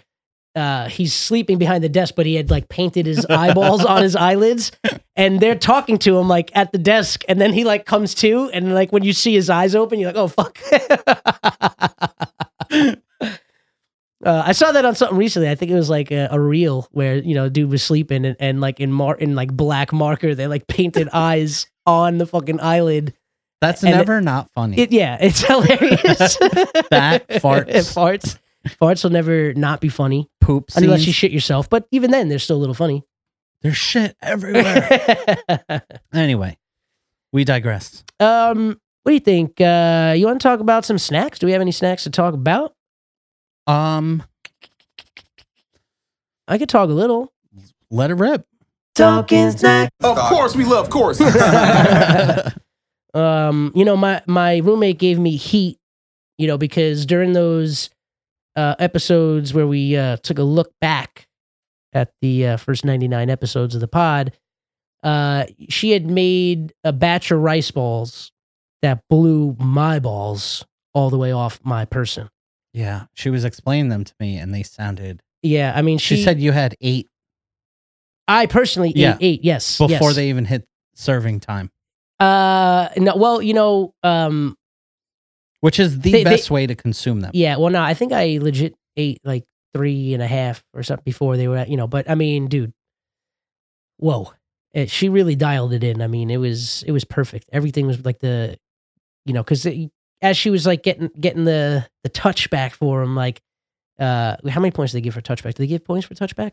S4: Uh, he's sleeping behind the desk, but he had like painted his eyeballs on his eyelids, and they're talking to him like at the desk, and then he like comes to, and like when you see his eyes open, you're like, oh fuck. Uh, I saw that on something recently. I think it was like a, a reel where you know dude was sleeping and, and like in mar in like black marker they like painted eyes on the fucking eyelid.
S5: That's
S4: and it-
S5: never not funny.
S4: It yeah, it's hilarious.
S5: That farts.
S4: It farts. Farts will never not be funny
S5: Poop scenes.
S4: unless you shit yourself. But even then, they're still a little funny.
S5: There's shit everywhere. anyway, We digress.
S4: Um, what do you think? Uh, you want to talk about some snacks? Do we have any snacks to talk about?
S5: Um,
S4: I could talk a little.
S5: let it rip.
S4: Talking snack.
S6: Of course, we love course.
S4: um, you know, my my roommate gave me heat, you know, because during those uh, episodes where we uh, took a look back at the uh, first ninety nine episodes of the pod, uh, she had made a batch of rice balls that blew my balls all the way off my person.
S5: yeah, she was explaining them to me, and they sounded.
S4: Yeah, I mean,
S5: She,
S4: she,
S5: said you had eight
S4: I personally
S5: Yeah.
S4: ate eight. Yes,
S5: before
S4: yes.
S5: they even hit serving time,
S4: Uh, no, well, you know, um,
S5: which is the
S4: They- they-
S5: best way to consume them.
S4: Yeah, well, no, I think I legit ate like three and a half or something before they were, at, you know. But I mean, dude, whoa, Eh, she really dialed it in. I mean, it was it was perfect. Everything was like the, you know, because as she was like getting getting the the touchback for him, like, uh, how many points do they give for touchback? Do they give points for touchback?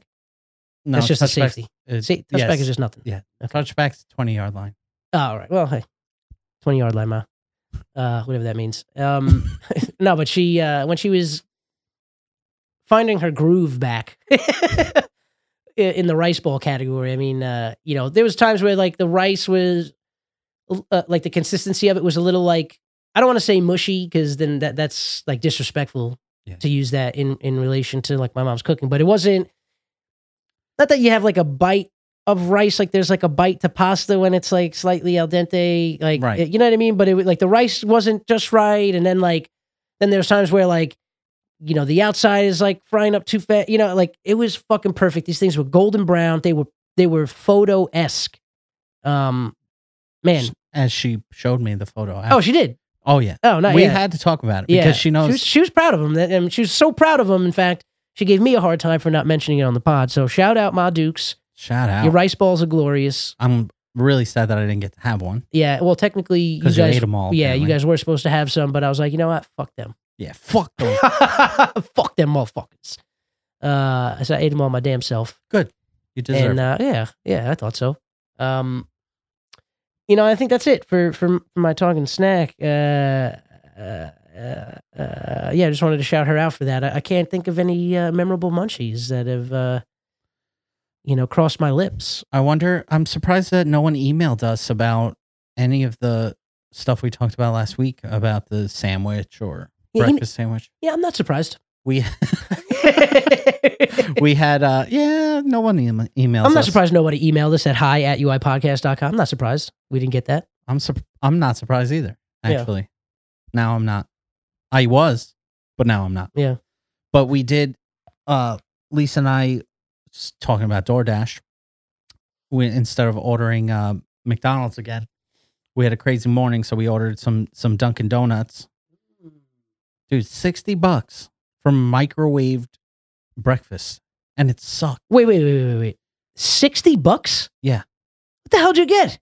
S5: No,
S4: That's just a
S5: touchbacks-
S4: safety.
S5: uh,
S4: See, touchback
S5: yes.
S4: is just nothing.
S5: Yeah. touchbacks twenty yard line.
S4: Oh, all right. Well, hey, twenty yard line, ma. Uh, whatever that means. Um, no, but she uh, when she was finding her groove back i- in the rice ball category. I mean, uh, you know, there was times where like the rice was uh, like the consistency of it was a little like I don't want to say mushy because then that that's like disrespectful
S5: Yeah.
S4: to use that in in relation to like my mom's cooking, but it wasn't. Not that you have like a bite of rice, like there's like a bite to pasta when it's like slightly al dente, like
S5: Right.
S4: you know what I mean. But it was like the rice wasn't just right, and then like then there's times where like you know the outside is like frying up too fat, you know, like it was fucking perfect. These things were golden brown. They were they were photo esque. Um, man.
S5: Sh- as she showed me the photo.
S4: Oh,
S5: after-
S4: she did.
S5: oh yeah.
S4: Oh, no,
S5: we
S4: yeah.
S5: had to talk about it because she knows.
S4: She was, she was proud of him. That- I mean, she was so proud of him. In fact, she gave me a hard time for not mentioning it on the pod. So shout out, Ma Dukes.
S5: shout out.
S4: Your rice balls are glorious.
S5: I'm really sad that I didn't get to have one
S4: Yeah. Well, technically, you
S5: because
S4: guys.
S5: you, ate them all.
S4: yeah, you
S5: apparently.
S4: guys were supposed to have some, but I was like, you know what? Fuck them.
S5: Yeah, fuck them.
S4: Fuck them motherfuckers. Uh, so I ate them all my damn self.
S5: You deserve.
S4: and
S5: it.
S4: uh, yeah, yeah, I thought so. Um, you know, I think that's it for for, for my talking snack. Uh, uh, uh, uh, yeah, I just wanted to shout her out for that. I, I can't think of any uh, memorable munchies that have, uh, you know, crossed my lips.
S5: I wonder. I'm surprised that no one emailed us about any of the stuff we talked about last week about the sandwich or
S4: Yeah, you-
S5: breakfast sandwich.
S4: Yeah, I'm not surprised.
S5: We we had. uh Yeah, no one em- emailed.
S4: I'm not surprised nobody emailed us at hi at uipodcast.com. I'm not surprised we didn't get that.
S5: I'm sur- I'm not surprised either.
S4: Yeah.
S5: Actually, now I'm not. I was, but now I'm not.
S4: Yeah.
S5: But we did. Uh, Lisa and I s- talking about DoorDash. We instead of ordering uh, McDonald's again, we had a crazy morning, so we ordered some some Dunkin' Donuts. Dude, sixty bucks for microwaved breakfast, and it sucked.
S4: Wait, wait, wait, wait, wait, wait. 60 bucks?
S5: Yeah.
S4: What the hell did you get?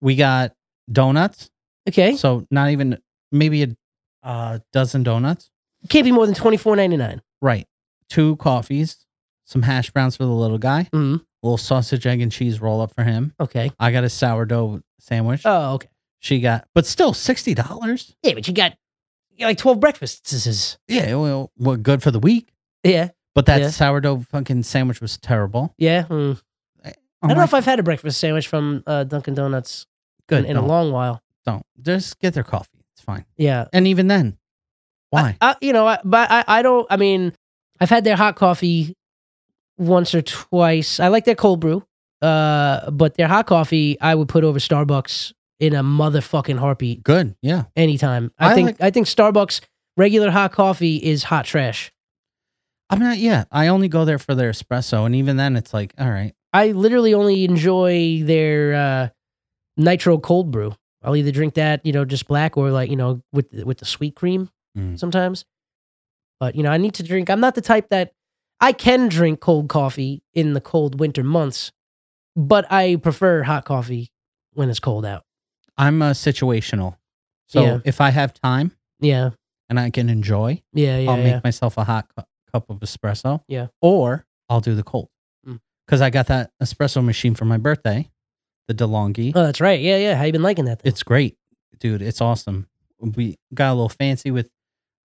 S5: We got donuts,
S4: Okay.
S5: so not even maybe a uh, dozen donuts.
S4: Can't be more than twenty four ninety nine.
S5: Right. Two coffees, some hash browns for the little guy,
S4: Mhm.
S5: a little sausage, egg, and cheese roll up for him.
S4: Okay.
S5: I got a sourdough sandwich.
S4: Oh, okay.
S5: she got, but still sixty dollars.
S4: Yeah, but you got you got like twelve breakfasts.
S5: Yeah, well, well, good for the week.
S4: Yeah,
S5: But that
S4: Yeah.
S5: sourdough fucking sandwich was terrible.
S4: yeah. mm. I
S5: I'm
S4: don't know
S5: like,
S4: if I've had a breakfast sandwich from uh, Dunkin' Donuts
S5: good.
S4: in, in
S5: don't,
S4: a long while.
S5: don't just get their coffee. It's fine.
S4: Yeah.
S5: And even then, why?
S4: I, you know, I, but I, I don't. I mean, I've had their hot coffee once or twice. I like their cold brew, uh, but their hot coffee I would put over Starbucks in a motherfucking heartbeat
S5: good. Yeah.
S4: anytime. I,
S5: I
S4: think
S5: like-
S4: I think Starbucks regular hot coffee is hot trash.
S5: I'm not. Yeah. I only go there for their espresso, and even then, it's like, all right.
S4: I literally only enjoy their uh, nitro cold brew. I'll either drink that, you know, just black or like, you know, with with the sweet cream
S5: Mm.
S4: sometimes. But you know, I need to drink. I'm not the type that I can drink cold coffee in the cold winter months, but I prefer hot coffee when it's cold out.
S5: I'm a situational. So
S4: Yeah.
S5: if I have time
S4: Yeah,
S5: and I can enjoy,
S4: yeah, yeah,
S5: I'll
S4: yeah.
S5: make myself a hot cu- cup of espresso.
S4: Yeah.
S5: Or I'll do the cold.
S4: Mm.
S5: Because I got that espresso machine for my birthday the DeLonghi.
S4: Oh, that's right. Yeah, yeah. How you been liking that? Thing?
S5: It's great, dude. It's awesome. We got a little fancy with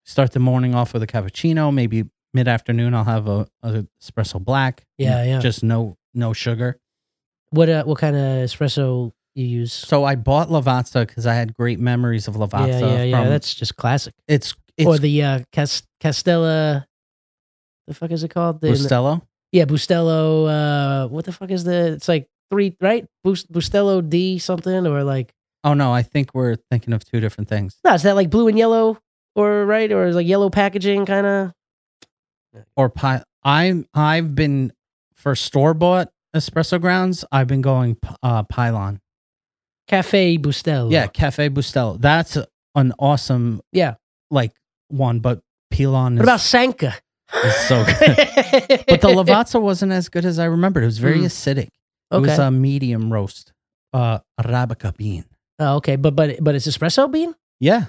S5: start the morning off with a cappuccino. Maybe mid afternoon I'll have a, a espresso black.
S4: Yeah,
S5: N-
S4: yeah.
S5: Just no no sugar.
S4: What uh, what kind of espresso you use?
S5: So I bought Lavazza because I had great memories of Lavazza.
S4: yeah, yeah, yeah.
S5: from-
S4: That's just classic.
S5: it's it's
S4: or the uh, Cas- Castella. The fuck is it called? The,
S5: Bustelo.
S4: yeah, Bustelo. Uh, what the fuck is the? It's like three, right? Bus- Bustelo D something or like
S5: Oh no, I think we're thinking of two different things.
S4: no? Is that like blue and yellow or right or is like yellow packaging kind of?
S5: Or pi- I'm I've been for store bought espresso grounds. I've been going p- uh, Pylon.
S4: Cafe Bustelo.
S5: Yeah, Cafe Bustelo. That's an awesome.
S4: Yeah.
S5: like one, but Pilon is,
S4: What about Sanka?
S5: is so good.
S4: good.
S5: but the Lavazza wasn't as good as I remembered. It was very
S4: Mm.
S5: acidic. It
S4: Okay.
S5: was uh, a medium roast, uh, arabica bean.
S4: oh, okay. But but but it's espresso bean.
S5: Yeah,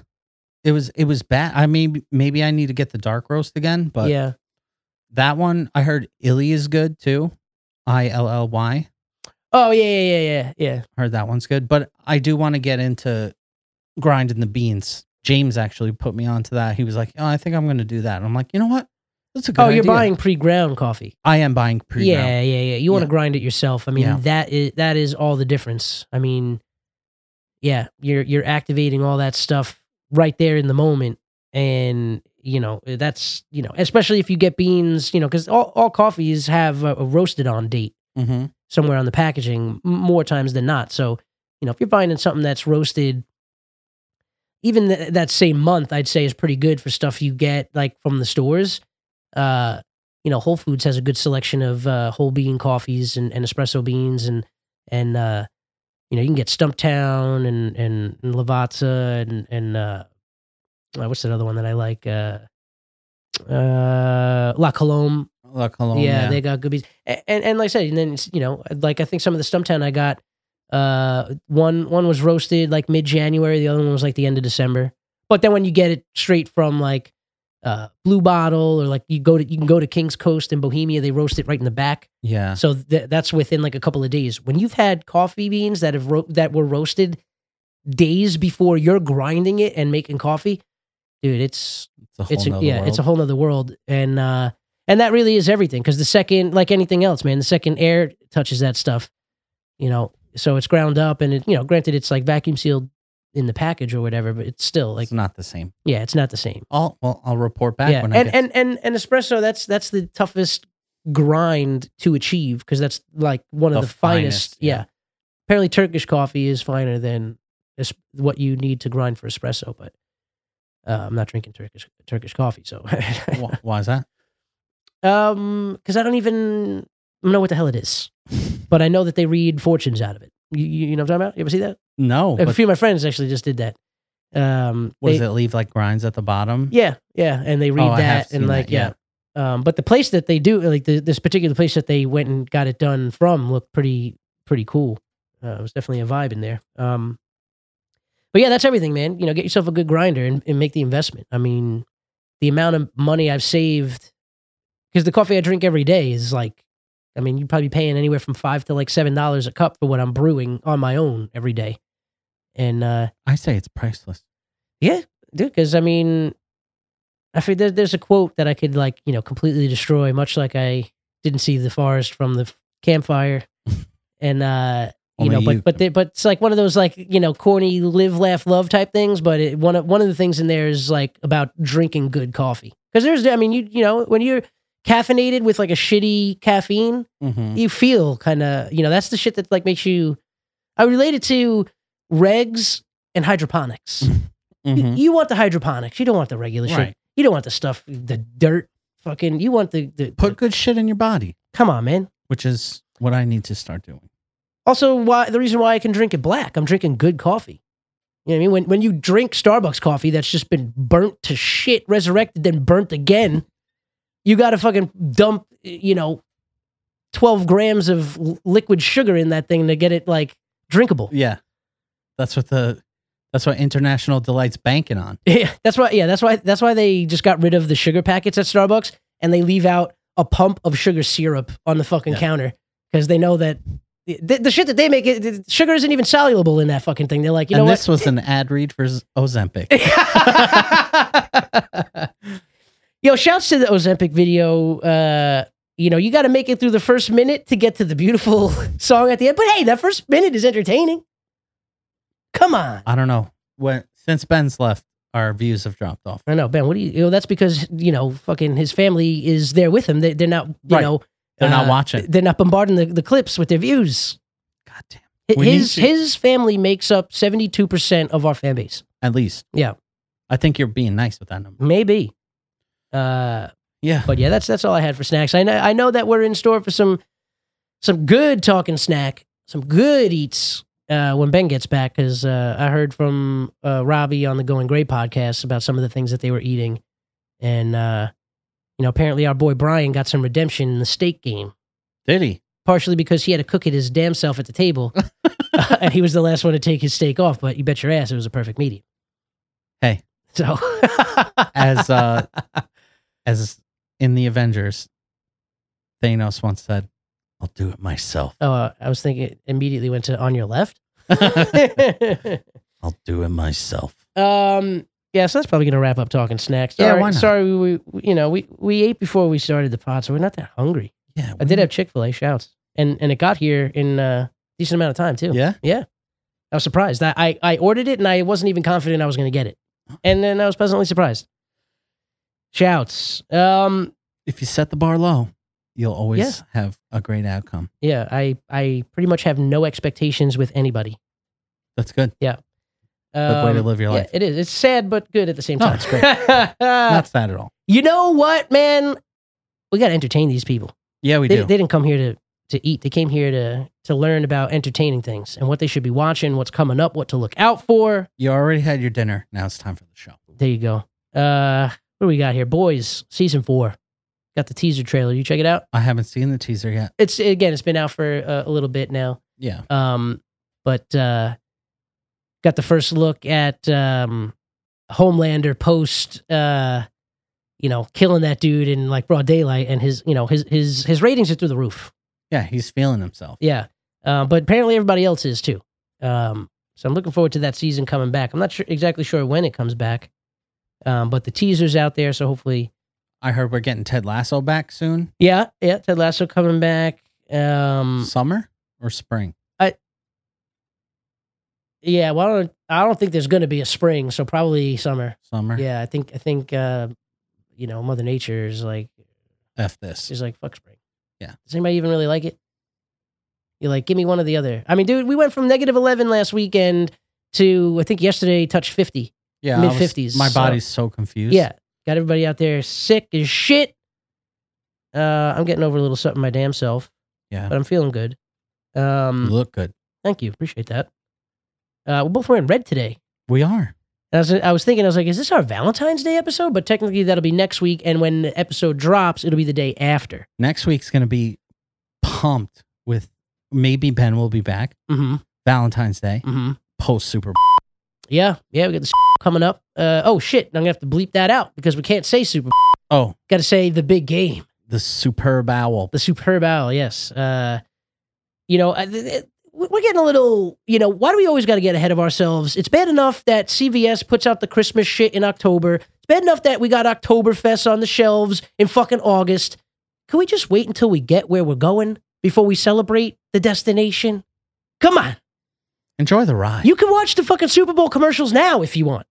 S5: it was it was bad. I mean, maybe I need to get the dark roast again, but
S4: yeah.
S5: that one I heard Illy is good too. I L L Y.
S4: Oh yeah yeah yeah yeah yeah.
S5: Heard that one's good, but I do want to get into grinding the beans. James actually put me onto that. He was like, "Oh, I think I'm going to do that." And I'm like, "You know what? That's a good
S4: oh, you're
S5: idea."
S4: buying pre-ground coffee.
S5: I am buying pre.
S4: Yeah, yeah, yeah. You want to
S5: Yeah.
S4: grind it yourself. I mean,
S5: Yeah.
S4: that is that is all the difference. I mean, yeah, you're you're activating all that stuff right there in the moment, and you know that's you know especially if you get beans, you know, because all all coffees have a, a roasted on date
S5: hmm
S4: somewhere on the packaging m- more times than not. So, you know, if you're finding something that's roasted, even th- that same month, I'd say is pretty good for stuff you get like from the stores. Uh, you know, Whole Foods has a good selection of uh, whole bean coffees and, and espresso beans, and and uh, you know you can get Stumptown and and, and Lavazza and and uh, uh, what's another one that I like? Uh, uh, La Colombe
S5: La Colombe.
S4: yeah, they got good beats. And, and and like I said, and then it's, you know, like I think some of the Stumptown I got, uh, one one was roasted like mid January, the other one was like the end of December. But then when you get it straight from like uh, Blue Bottle or like you go to you can go to Kings Coast in Bohemia, they roast it right in the back,
S5: yeah.
S4: so th- that's within like a couple of days. When you've had coffee beans that have ro- that were roasted days before you're grinding it and making coffee, dude, it's
S5: It's a whole
S4: it's a,
S5: nother
S4: yeah, it's a
S5: world.
S4: whole nother world, and uh, and that really is everything. Because the second, like anything else, man, the second air touches that stuff, you know, so it's ground up, and it, you know, granted, it's like vacuum sealed in the package or whatever, but it's still like,
S5: It's not the same.
S4: yeah, it's not the same.
S5: I'll well, I'll report back
S4: yeah,
S5: when I
S4: and,
S5: get
S4: and and and espresso, that's that's the toughest grind to achieve because that's like one of
S5: The
S4: the, finest.
S5: finest, yeah.
S4: yeah, apparently Turkish coffee is finer than es- what you need to grind for espresso, but. Uh, I'm not drinking Turkish Turkish coffee, so
S5: Wh- Why is that?
S4: Um, because I don't even know what the hell it is, but I know that they read fortunes out of it. You, you, you know what I'm talking about? You ever see that?
S5: No,
S4: a
S5: but
S4: few of my friends actually just did that. Um,
S5: what does
S4: they-
S5: it leave like grinds at the bottom?
S4: Yeah, yeah, and they read
S5: Mm-hmm. Oh, I have
S4: that and
S5: seen
S4: like
S5: that,
S4: yeah. Um, but the place that they do, like the, this particular place that they went and got it done from, looked pretty pretty cool. Uh, it was definitely a vibe in there. Um, but yeah, that's everything, man. You know, get yourself a good grinder and, and make the investment. I mean, the amount of money I've saved because the coffee I drink every day is like, I mean, you're probably paying anywhere from five to like seven dollars a cup for what I'm brewing on my own every day, and uh,
S5: I say it's priceless.
S4: dude, because I mean, I feel there, there's a quote that I could like you know completely destroy, much like I didn't see the forest from the f- campfire, and uh, you
S5: Only
S4: know,
S5: you
S4: but but
S5: can.
S4: they, but it's like one of those like you know corny live laugh love type things. But it, one of one of the things in there is like about drinking good coffee because there's I mean you you know when you're caffeinated with like a shitty caffeine
S5: Mhm.
S4: you feel kind of you know that's the shit that like makes you i relate it to regs and hydroponics Y-
S5: Mhm.
S4: you, want the hydroponics you don't want the regular
S5: Right.
S4: shit you don't want the stuff the dirt fucking you want the, the
S5: Put good shit in your body,
S4: come on man
S5: which is what I need to start doing.
S4: also why the reason why i can drink it black i'm drinking good coffee you know what i mean when, when you drink starbucks coffee that's just been burnt to shit resurrected then burnt again you gotta fucking dump you know 12 grams of l- liquid sugar in that thing to get it like drinkable
S5: Yeah, that's what the that's what International Delight's banking on.
S4: Yeah, that's why. Yeah, that's why. That's why they just got rid of the sugar packets at Starbucks, and they leave out a pump of sugar syrup on the fucking
S5: Yeah.
S4: counter because they know that the, the shit that they make, it, it- sugar isn't even soluble in that fucking thing. They're like, you know
S5: and
S4: what?
S5: this was an ad read for Z- Ozempic.
S4: Yo, shouts to the Ozempic video. Uh, you know, you got to make it through the first minute to get to the beautiful song at the end. But hey, that first minute is entertaining. Come on.
S5: I don't know. When since Ben's left, our views have dropped off.
S4: I know, Ben. What do you? you know, that's because you know, fucking his family is there with him. They, they're not, you
S5: Right.
S4: know,
S5: They're not
S4: uh,
S5: watching.
S4: They're not bombarding the, the clips with their views.
S5: God damn.
S4: Hi-
S5: We need
S4: His
S5: to-
S4: his family makes up seventy two percent of our fan base.
S5: At least.
S4: Yeah.
S5: I think you're being nice with that number.
S4: Maybe. Uh,
S5: Yeah.
S4: but yeah, that's that's all I had for snacks. I know I know that we're in store for some some good talking snack, some good eats uh, when Ben gets back because uh, I heard from uh, Robbie on the Going Gray podcast about some of the things that they were eating, and uh, you know apparently our boy Brian got some redemption in the steak game,
S5: Did he?
S4: partially because he had to cook it his damn self at the table, and he was the last one to take his steak off. But you bet your ass it was a perfect medium.
S5: Hey.
S4: so
S5: As uh as in the Avengers, Thanos once said, I'll do it myself.
S4: Oh, uh, I was thinking it immediately went to on your left.
S5: I'll do it myself.
S4: um, yeah, so that's probably gonna wrap up talking snacks.
S5: Yeah,
S4: Sorry-
S5: why not?
S4: Sorry, we, we you know we we ate before we started the pod, so we're not that hungry.
S5: Yeah.
S4: I did have Chick Fil A shouts, and and it got here in a decent amount of time too.
S5: Yeah.
S4: I was surprised. I, I I ordered it, and I wasn't even confident I was gonna get it, and then I was pleasantly surprised. Shouts. Um,
S5: If you set the bar low, you'll always
S4: Yeah.
S5: have a great outcome.
S4: yeah, I I pretty much have no expectations with anybody.
S5: That's good.
S4: Um,
S5: Good way to live your
S4: yeah,
S5: life.
S4: it is. It's sad but good at the same
S5: No,
S4: time.
S5: it's great.
S4: great.
S5: Not sad at all.
S4: you know what, man? We got to entertain these people.
S5: Yeah, we
S4: they,
S5: do.
S4: they didn't come here to to eat. They came here to to learn about entertaining things and what they should be watching, what's coming up, what to look out for.
S5: you already had your dinner. Now it's time for the show.
S4: There you go. Uh, what do we got here, boys? Season four. Got the teaser trailer. You check it out.
S5: I haven't seen the teaser yet.
S4: It's again, it's been out for uh, a little bit now.
S5: Yeah.
S4: Um, but uh, got the first look at um, Homelander post, uh, you know, killing that dude in like broad daylight, and his, you know, his his his ratings are through the roof.
S5: Yeah, he's feeling himself.
S4: Yeah, uh, but apparently everybody else is too. Um, so I'm looking forward to that season coming back. I'm not sure exactly sure when it comes back, um, but the teaser's out there, so hopefully,
S5: I heard we're getting Ted Lasso back soon.
S4: yeah, yeah, Ted Lasso coming back. Um,
S5: Summer or spring?
S4: yeah, well, I don't, I don't think there's going to be a spring, so probably summer.
S5: Summer.
S4: Yeah, I think I think uh, you know Mother Nature is like
S5: F this.
S4: is like fuck spring.
S5: Yeah.
S4: Does anybody even really like it? You're like, give me one or the other. I mean, dude, we went from negative eleven last weekend to I think yesterday touched fifty.
S5: Yeah, I was-
S4: mid-fifties,
S5: My
S4: so-
S5: body's so confused.
S4: Yeah, got everybody out there sick as shit. Uh, I'm getting over a little something my damn self.
S5: Yeah.
S4: but I'm feeling good.
S5: You
S4: Um,
S5: look good.
S4: thank you, appreciate that. Uh, we're both wearing red today.
S5: We are.
S4: And I was, I was thinking, I was like, is this our Valentine's Day episode? But technically, that'll be next week. And when the episode drops, it'll be the day after.
S5: Next week's going to be pumped with maybe Ben will be back.
S4: Mm
S5: Valentine's Day,
S4: hmm. Mm hmm.
S5: post Super
S4: Yeah. Yeah. We got this coming up. Uh, oh, shit. I'm going to have to bleep that out because we can't say super.
S5: Oh,
S4: Got to say the big game,
S5: the Superb Owl.
S4: the superb owl. Yes. Uh, you know, I- th- th- we're getting a little, you know, why do we always got to get ahead of ourselves? It's bad enough that CVS puts out the Christmas shit in October. It's bad enough that we got Oktoberfest on the shelves in fucking August. Can we just wait until we get where we're going before we celebrate the destination? Come on.
S5: Enjoy the ride.
S4: You can watch the fucking Super Bowl commercials now if you want.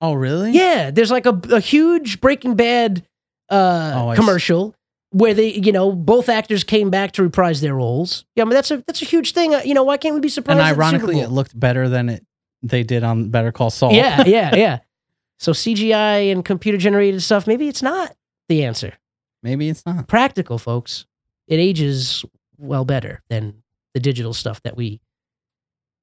S5: oh, really?
S4: Yeah, there's like a, a huge Breaking Bad
S5: Oh,
S4: uh,
S5: I see.
S4: commercial where they, you know, both actors came back to reprise their roles. Yeah, I mean that's a that's a huge thing. Uh, you know, why can't we be surprised?
S5: And
S4: at the Super
S5: ironically, it
S4: Bowl?
S5: looked better than it they did on Better Call Saul.
S4: yeah, yeah, yeah. So CGI and computer generated stuff, maybe it's not the answer.
S5: Maybe it's not.
S4: Practical, folks. It ages well better than the digital stuff that we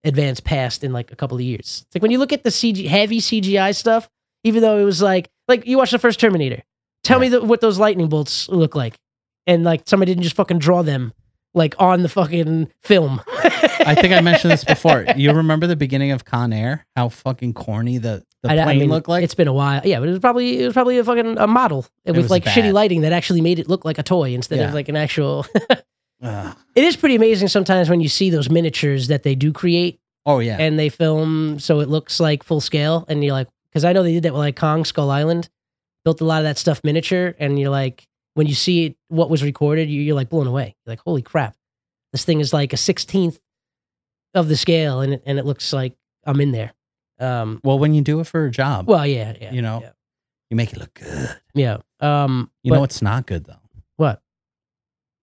S4: advance past in like a couple of years. It's like when you look at the CG heavy CGI stuff, even though it was like like you watch the first Terminator. Tell me the, what those lightning bolts look like, and like somebody didn't just fucking draw them like on the fucking film.
S5: I think I mentioned this before. You remember the beginning of Con Air? How fucking corny the, the plane looked like?
S4: it's been a while. Yeah, but it was probably it was probably a fucking a model with
S5: was
S4: like
S5: bad.
S4: shitty lighting that actually made it look like a toy instead
S5: Yeah.
S4: of like an actual.
S5: Ugh.
S4: It is pretty amazing sometimes when you see those miniatures that they do create
S5: oh yeah.
S4: and they film so it looks like full scale. And you're like, because I know they did that with like Kong Skull Island, built a lot of that stuff miniature. And you're like, when you see it, what was recorded, you- you're like blown away. You're like, holy crap, this thing is like a 16th of the scale and it, and it looks like I'm in there. Um,
S5: well, when you do it for a job,
S4: well, yeah, yeah.
S5: You know, you make it look good.
S4: yeah. yeah. Um,
S5: You
S4: but-
S5: know it's not good though.
S4: What?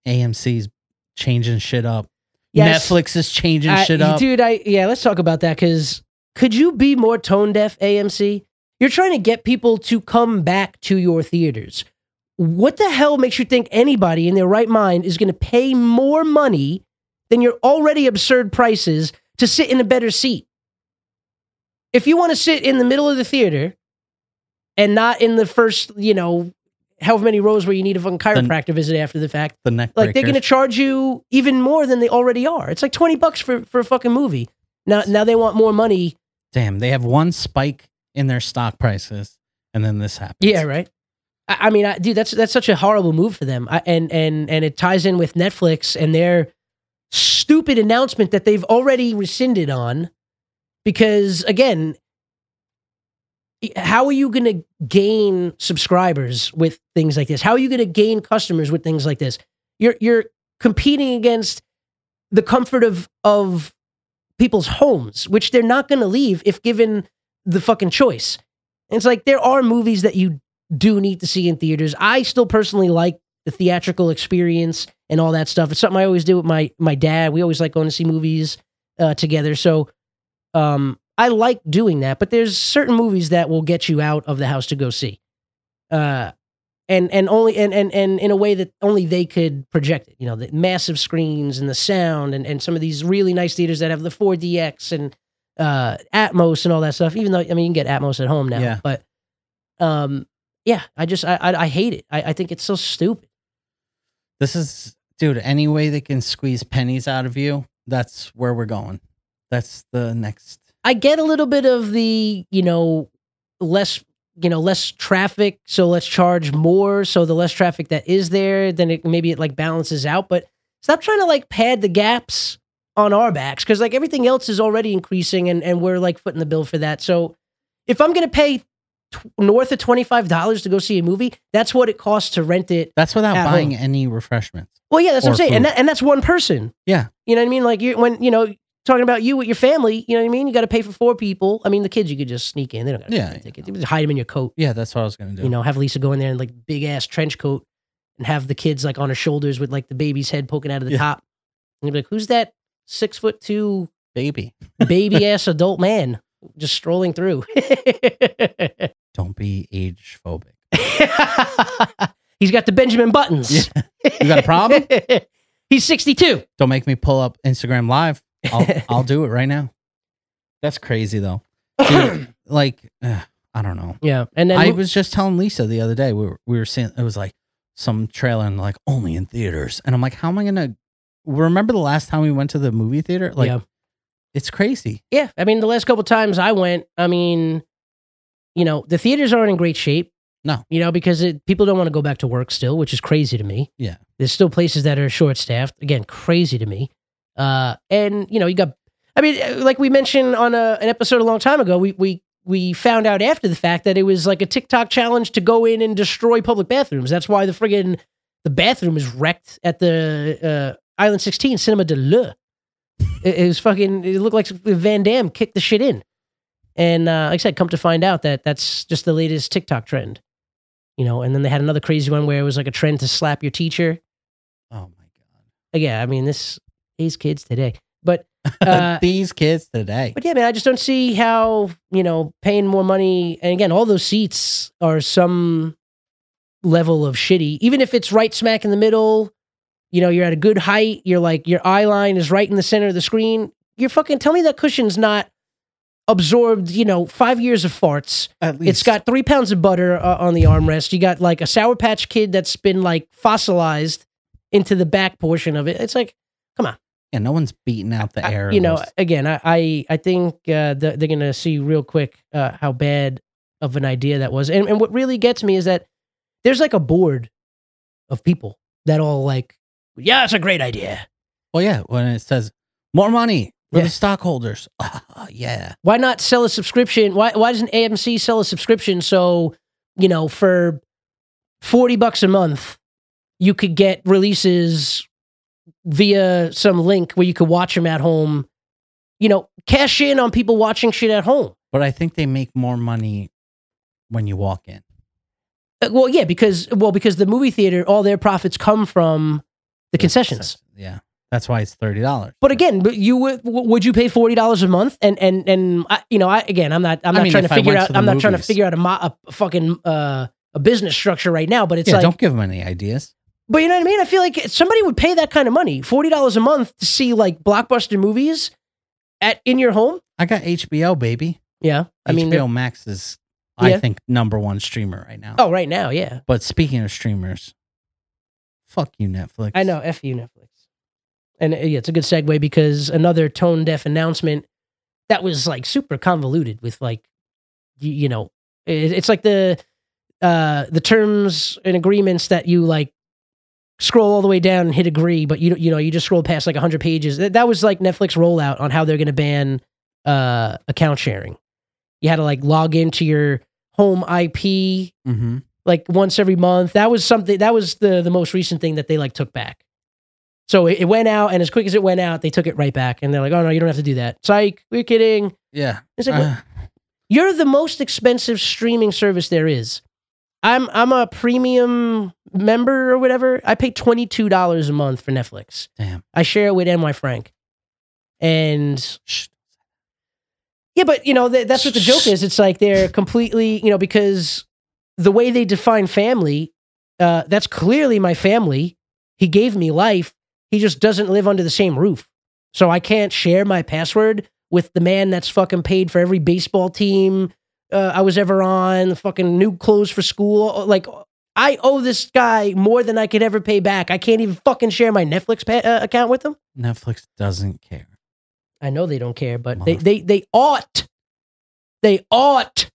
S5: AMC's changing shit up.
S4: Yes.
S5: Netflix is changing
S4: I-
S5: shit up.
S4: Dude, I yeah, let's talk about that because could you be more tone deaf, AMC? You're trying to get people to come back to your theaters. What the hell makes you think anybody in their right mind is going to pay more money than your already absurd prices to sit in a better seat? If you want to sit in the middle of the theater and not in the first, you know, however many rows where you need a fucking chiropractor visit after the fact,
S5: the neck
S4: like they're
S5: breaker.
S4: going to charge you even more than they already are. It's like twenty bucks for for a fucking movie. Now now they want more money.
S5: Damn, they have one spike in their stock prices, and then this happens.
S4: Yeah, right. I, I mean, I, dude, that's that's such a horrible move for them. I, and and and it ties in with Netflix and their stupid announcement that they've already rescinded on because again. How are you going to gain subscribers with things like this? How are you going to gain customers with things like this? You're you're competing against the comfort of of people's homes, which they're not going to leave if given the fucking choice. And it's like there are movies that you do need to see in theaters. I still personally like the theatrical experience and all that stuff. It's something I always do with my my dad. We always like going to see movies uh, together. So um, I like doing that. But there's certain movies that will get you out of the house to go see, uh, and and only and and and in a way that only they could project it. You know, the massive screens and the sound and and some of these really nice theaters that have the 4DX and uh, Atmos and all that stuff. Even though I mean, you can get Atmos at home now,
S5: Yeah.
S4: but um, yeah, I just I I, I hate it. I, I think it's so stupid.
S5: This is, dude. Any way they can squeeze pennies out of you, that's where we're going. That's the next.
S4: I get a little bit of the you know less you know less traffic, so let's charge more. So the less traffic that is there, then it maybe it like balances out. But stop trying to like pad the gaps on our backs because like everything else is already increasing, and and we're like footing the bill for that. So if I'm gonna pay tw- north of twenty five dollars to go see a movie, that's what it costs to rent it
S5: That's without
S4: At
S5: buying any refreshments.
S4: Well, yeah, that's what
S5: or
S4: I'm saying, and
S5: food.
S4: that, and that's one person.
S5: Yeah.
S4: you know what I mean. Like you, when you know, talking about you with your family, you know what I mean. You got to pay for four people. I mean, the kids you could just sneak in. They don't got to
S5: Yeah,
S4: yeah, ticket. You just hide them in your coat.
S5: Yeah, that's what I was gonna do.
S4: You know, have Lisa go in there in like big ass trench coat, and have the kids like on her shoulders with like the baby's head poking out of the
S5: Yeah.
S4: top. And you'd be like, "Who's that six foot two
S5: baby,
S4: baby ass adult man just strolling through?"
S5: don't be age phobic.
S4: He's got the Benjamin Buttons.
S5: You got a problem?
S4: He's sixty two.
S5: Don't make me pull up Instagram Live. I'll, I'll do it right now. That's crazy though. Dude, like, ugh, I don't know.
S4: Yeah, and then
S5: I
S4: mo-
S5: was just telling Lisa the other day we were we were seeing it was like some trailer and like only in theaters, and I'm like, how am I gonna remember the last time we went to the movie theater? Like,
S4: Yeah.
S5: it's crazy.
S4: yeah, I mean, the last couple times I went, I mean, you know, the theaters aren't in great shape.
S5: No.
S4: you know, because it, people don't want to go back to work still, which is crazy to me.
S5: Yeah.
S4: there's still places that are short staffed. Again, crazy to me. Uh, and you know, you got, I mean, uh, like we mentioned on a, an episode a long time ago, we we we found out after the fact that it was like a TikTok challenge to go in and destroy public bathrooms. That's why the friggin' the bathroom is wrecked at the uh, Island 16 Cinema de Leu. It, it was fucking. It looked like Van Damme kicked the shit in. And uh, like I said, come to find out that that's just the latest TikTok trend. You know, and then they had another crazy one where it was like a trend to slap your teacher.
S5: Oh my god,
S4: Uh, Yeah, I mean this these kids today. But uh,
S5: these kids today.
S4: but yeah, man, I just don't see how you know paying more money. And again, all those seats are some level of shitty. Even if it's right smack in the middle, you know, you're at a good height. You're like your eye line is right in the center of the screen. You're fucking tell me that cushion's not absorbed. You know, five years of farts.
S5: At
S4: It's got three pounds of butter uh, on the armrest. You got like a Sour Patch Kid that's been like fossilized into the back portion of it. It's like
S5: yeah. No one's beating out the
S4: I-
S5: air.
S4: you
S5: in
S4: know,
S5: those-
S4: again, I I, I think uh, the, they're going to see real quick uh, how bad of an idea that was. And and what really gets me is that there's like a board of people that all like Yeah, it's a great idea.
S5: Well, yeah, when it says more money for
S4: Yeah.
S5: the stockholders. Ah, yeah.
S4: Why not sell a subscription? Why why doesn't AMC sell a subscription so, you know, for 40 bucks a month, you could get releases via some link where you could watch them at home. You know, cash in on people watching shit at home.
S5: But I think they make more money when you walk in.
S4: Uh, well, yeah, because well, because the movie theater, all their profits come from the concessions.
S5: Yeah. That's why it's $30.
S4: But again, but you would w- would you pay forty dollars a month? And and and I, you know, I again, I'm not I'm
S5: I
S4: not
S5: mean,
S4: trying to
S5: if I
S4: figure
S5: went
S4: out
S5: to the
S4: I'm not trying to
S5: movies.
S4: figure out a, mo- a fucking uh, a business structure right now. But it's
S5: yeah,
S4: like,
S5: don't give them any ideas.
S4: but you know what I mean? I feel like somebody would pay that kind of money, forty dollars a month, to see like blockbuster movies at in your home.
S5: I got HBO, baby.
S4: Yeah, I mean,
S5: HBO Max is,
S4: Yeah.
S5: I think, number one streamer right now.
S4: oh, right now, yeah,
S5: But speaking of streamers, fuck you, Netflix.
S4: I know. F you, Netflix. And uh, yeah, it's a good segue because another tone deaf announcement that was like super convoluted with like, you, you know, it, it's like the uh the terms and agreements that you like scroll all the way down and hit agree, but you don't- you know you just scroll past like hundred pages. That, that was like Netflix rollout on how they're going to ban uh account sharing. You had to like log into your home IP
S5: Mm-hmm.
S4: like once every month. That was something that was the the most recent thing that they like took back. So it, it went out, and as quick as it went out, they took it right back, and they're like, "Oh no, you don't have to do that." Psych, we're kidding.
S5: Yeah.
S4: It's like, what-
S5: Uh,
S4: you're the most expensive streaming service there is. I'm I'm a premium member or whatever. I pay twenty two dollars a month for Netflix.
S5: Damn.
S4: I share it with NY Frank, and
S5: Shh.
S4: yeah, but you know th- that's what the joke is. It's like they're completely you know because the way they define family, uh, that's clearly my family. He gave me life. He just doesn't live under the same roof, so I can't share my password with the man that's fucking paid for every baseball team uh, I was ever on. The fucking new clothes for school, Uh, like. I owe this guy more than I could ever pay back. I can't even fucking share my Netflix pa- uh, account with him.
S5: Netflix doesn't care.
S4: I know they don't care, but they, they they ought they ought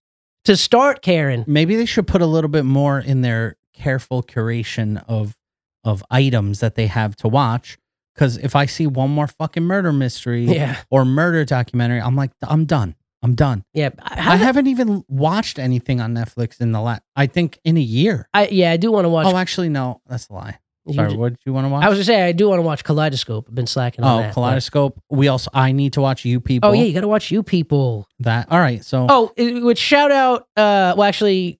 S4: to start caring.
S5: Maybe they should put a little bit more in their careful curation of of items that they have to watch. Because if I see one more fucking murder mystery
S4: Yeah,
S5: or murder documentary, I'm like, I'm done. I'm done.
S4: yeah. How
S5: I
S4: the-
S5: haven't even watched anything on Netflix in the last, I think, in a year.
S4: I, yeah, I do want to watch.
S5: Oh, actually, no, that's a lie.
S4: you
S5: Sorry,
S4: ju-
S5: what did you want to watch?
S4: I was gonna say I do want to watch Kaleidoscope. I've been slacking on
S5: oh,
S4: that. but-
S5: Kaleidoscope. We also, I need to watch you people.
S4: Oh yeah, you got to watch you people.
S5: that. All right, so
S4: Oh, it- which shout out. Uh, well, actually,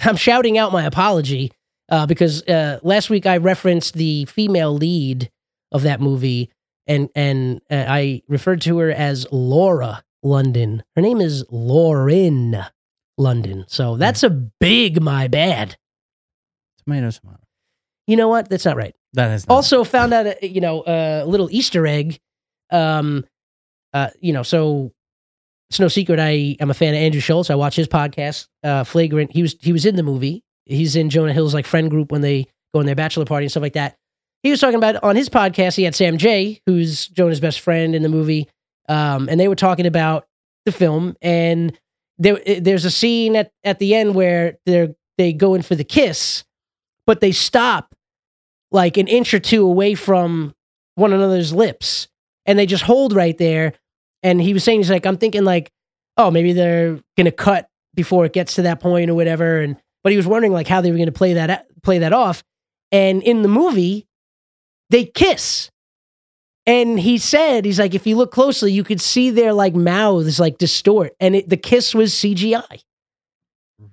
S4: I'm shouting out my apology uh, because uh, last week I referenced the female lead of that movie, and and uh, I referred to her as Laura London. Her name is Lauren London. So that's a big my bad.
S5: tomato, tomato.
S4: You know what? That's not right.
S5: That is not-
S4: Also found out, uh, you know, a little Easter egg. Um, uh, you know, so it's no secret I am a fan of Andrew Schultz. I watch his podcast, uh, Flagrant. He was he was in the movie. He's in Jonah Hill's like friend group when they go on their bachelor party and stuff like that. He was talking about on his podcast. He had Sam Jay, who's Jonah's best friend in the movie, um, and they were talking about the film. And there, eh, there's a scene at at the end where they're they go in for the kiss, but they stop like an inch or two away from one another's lips and they just hold right there and he was saying he's like i'm thinking like oh maybe they're gonna cut before it gets to that point or whatever and but he was wondering like how they were gonna play that play that off and in the movie they kiss and he said he's like if you look closely you could see their like mouths like distort and it, the kiss was cgi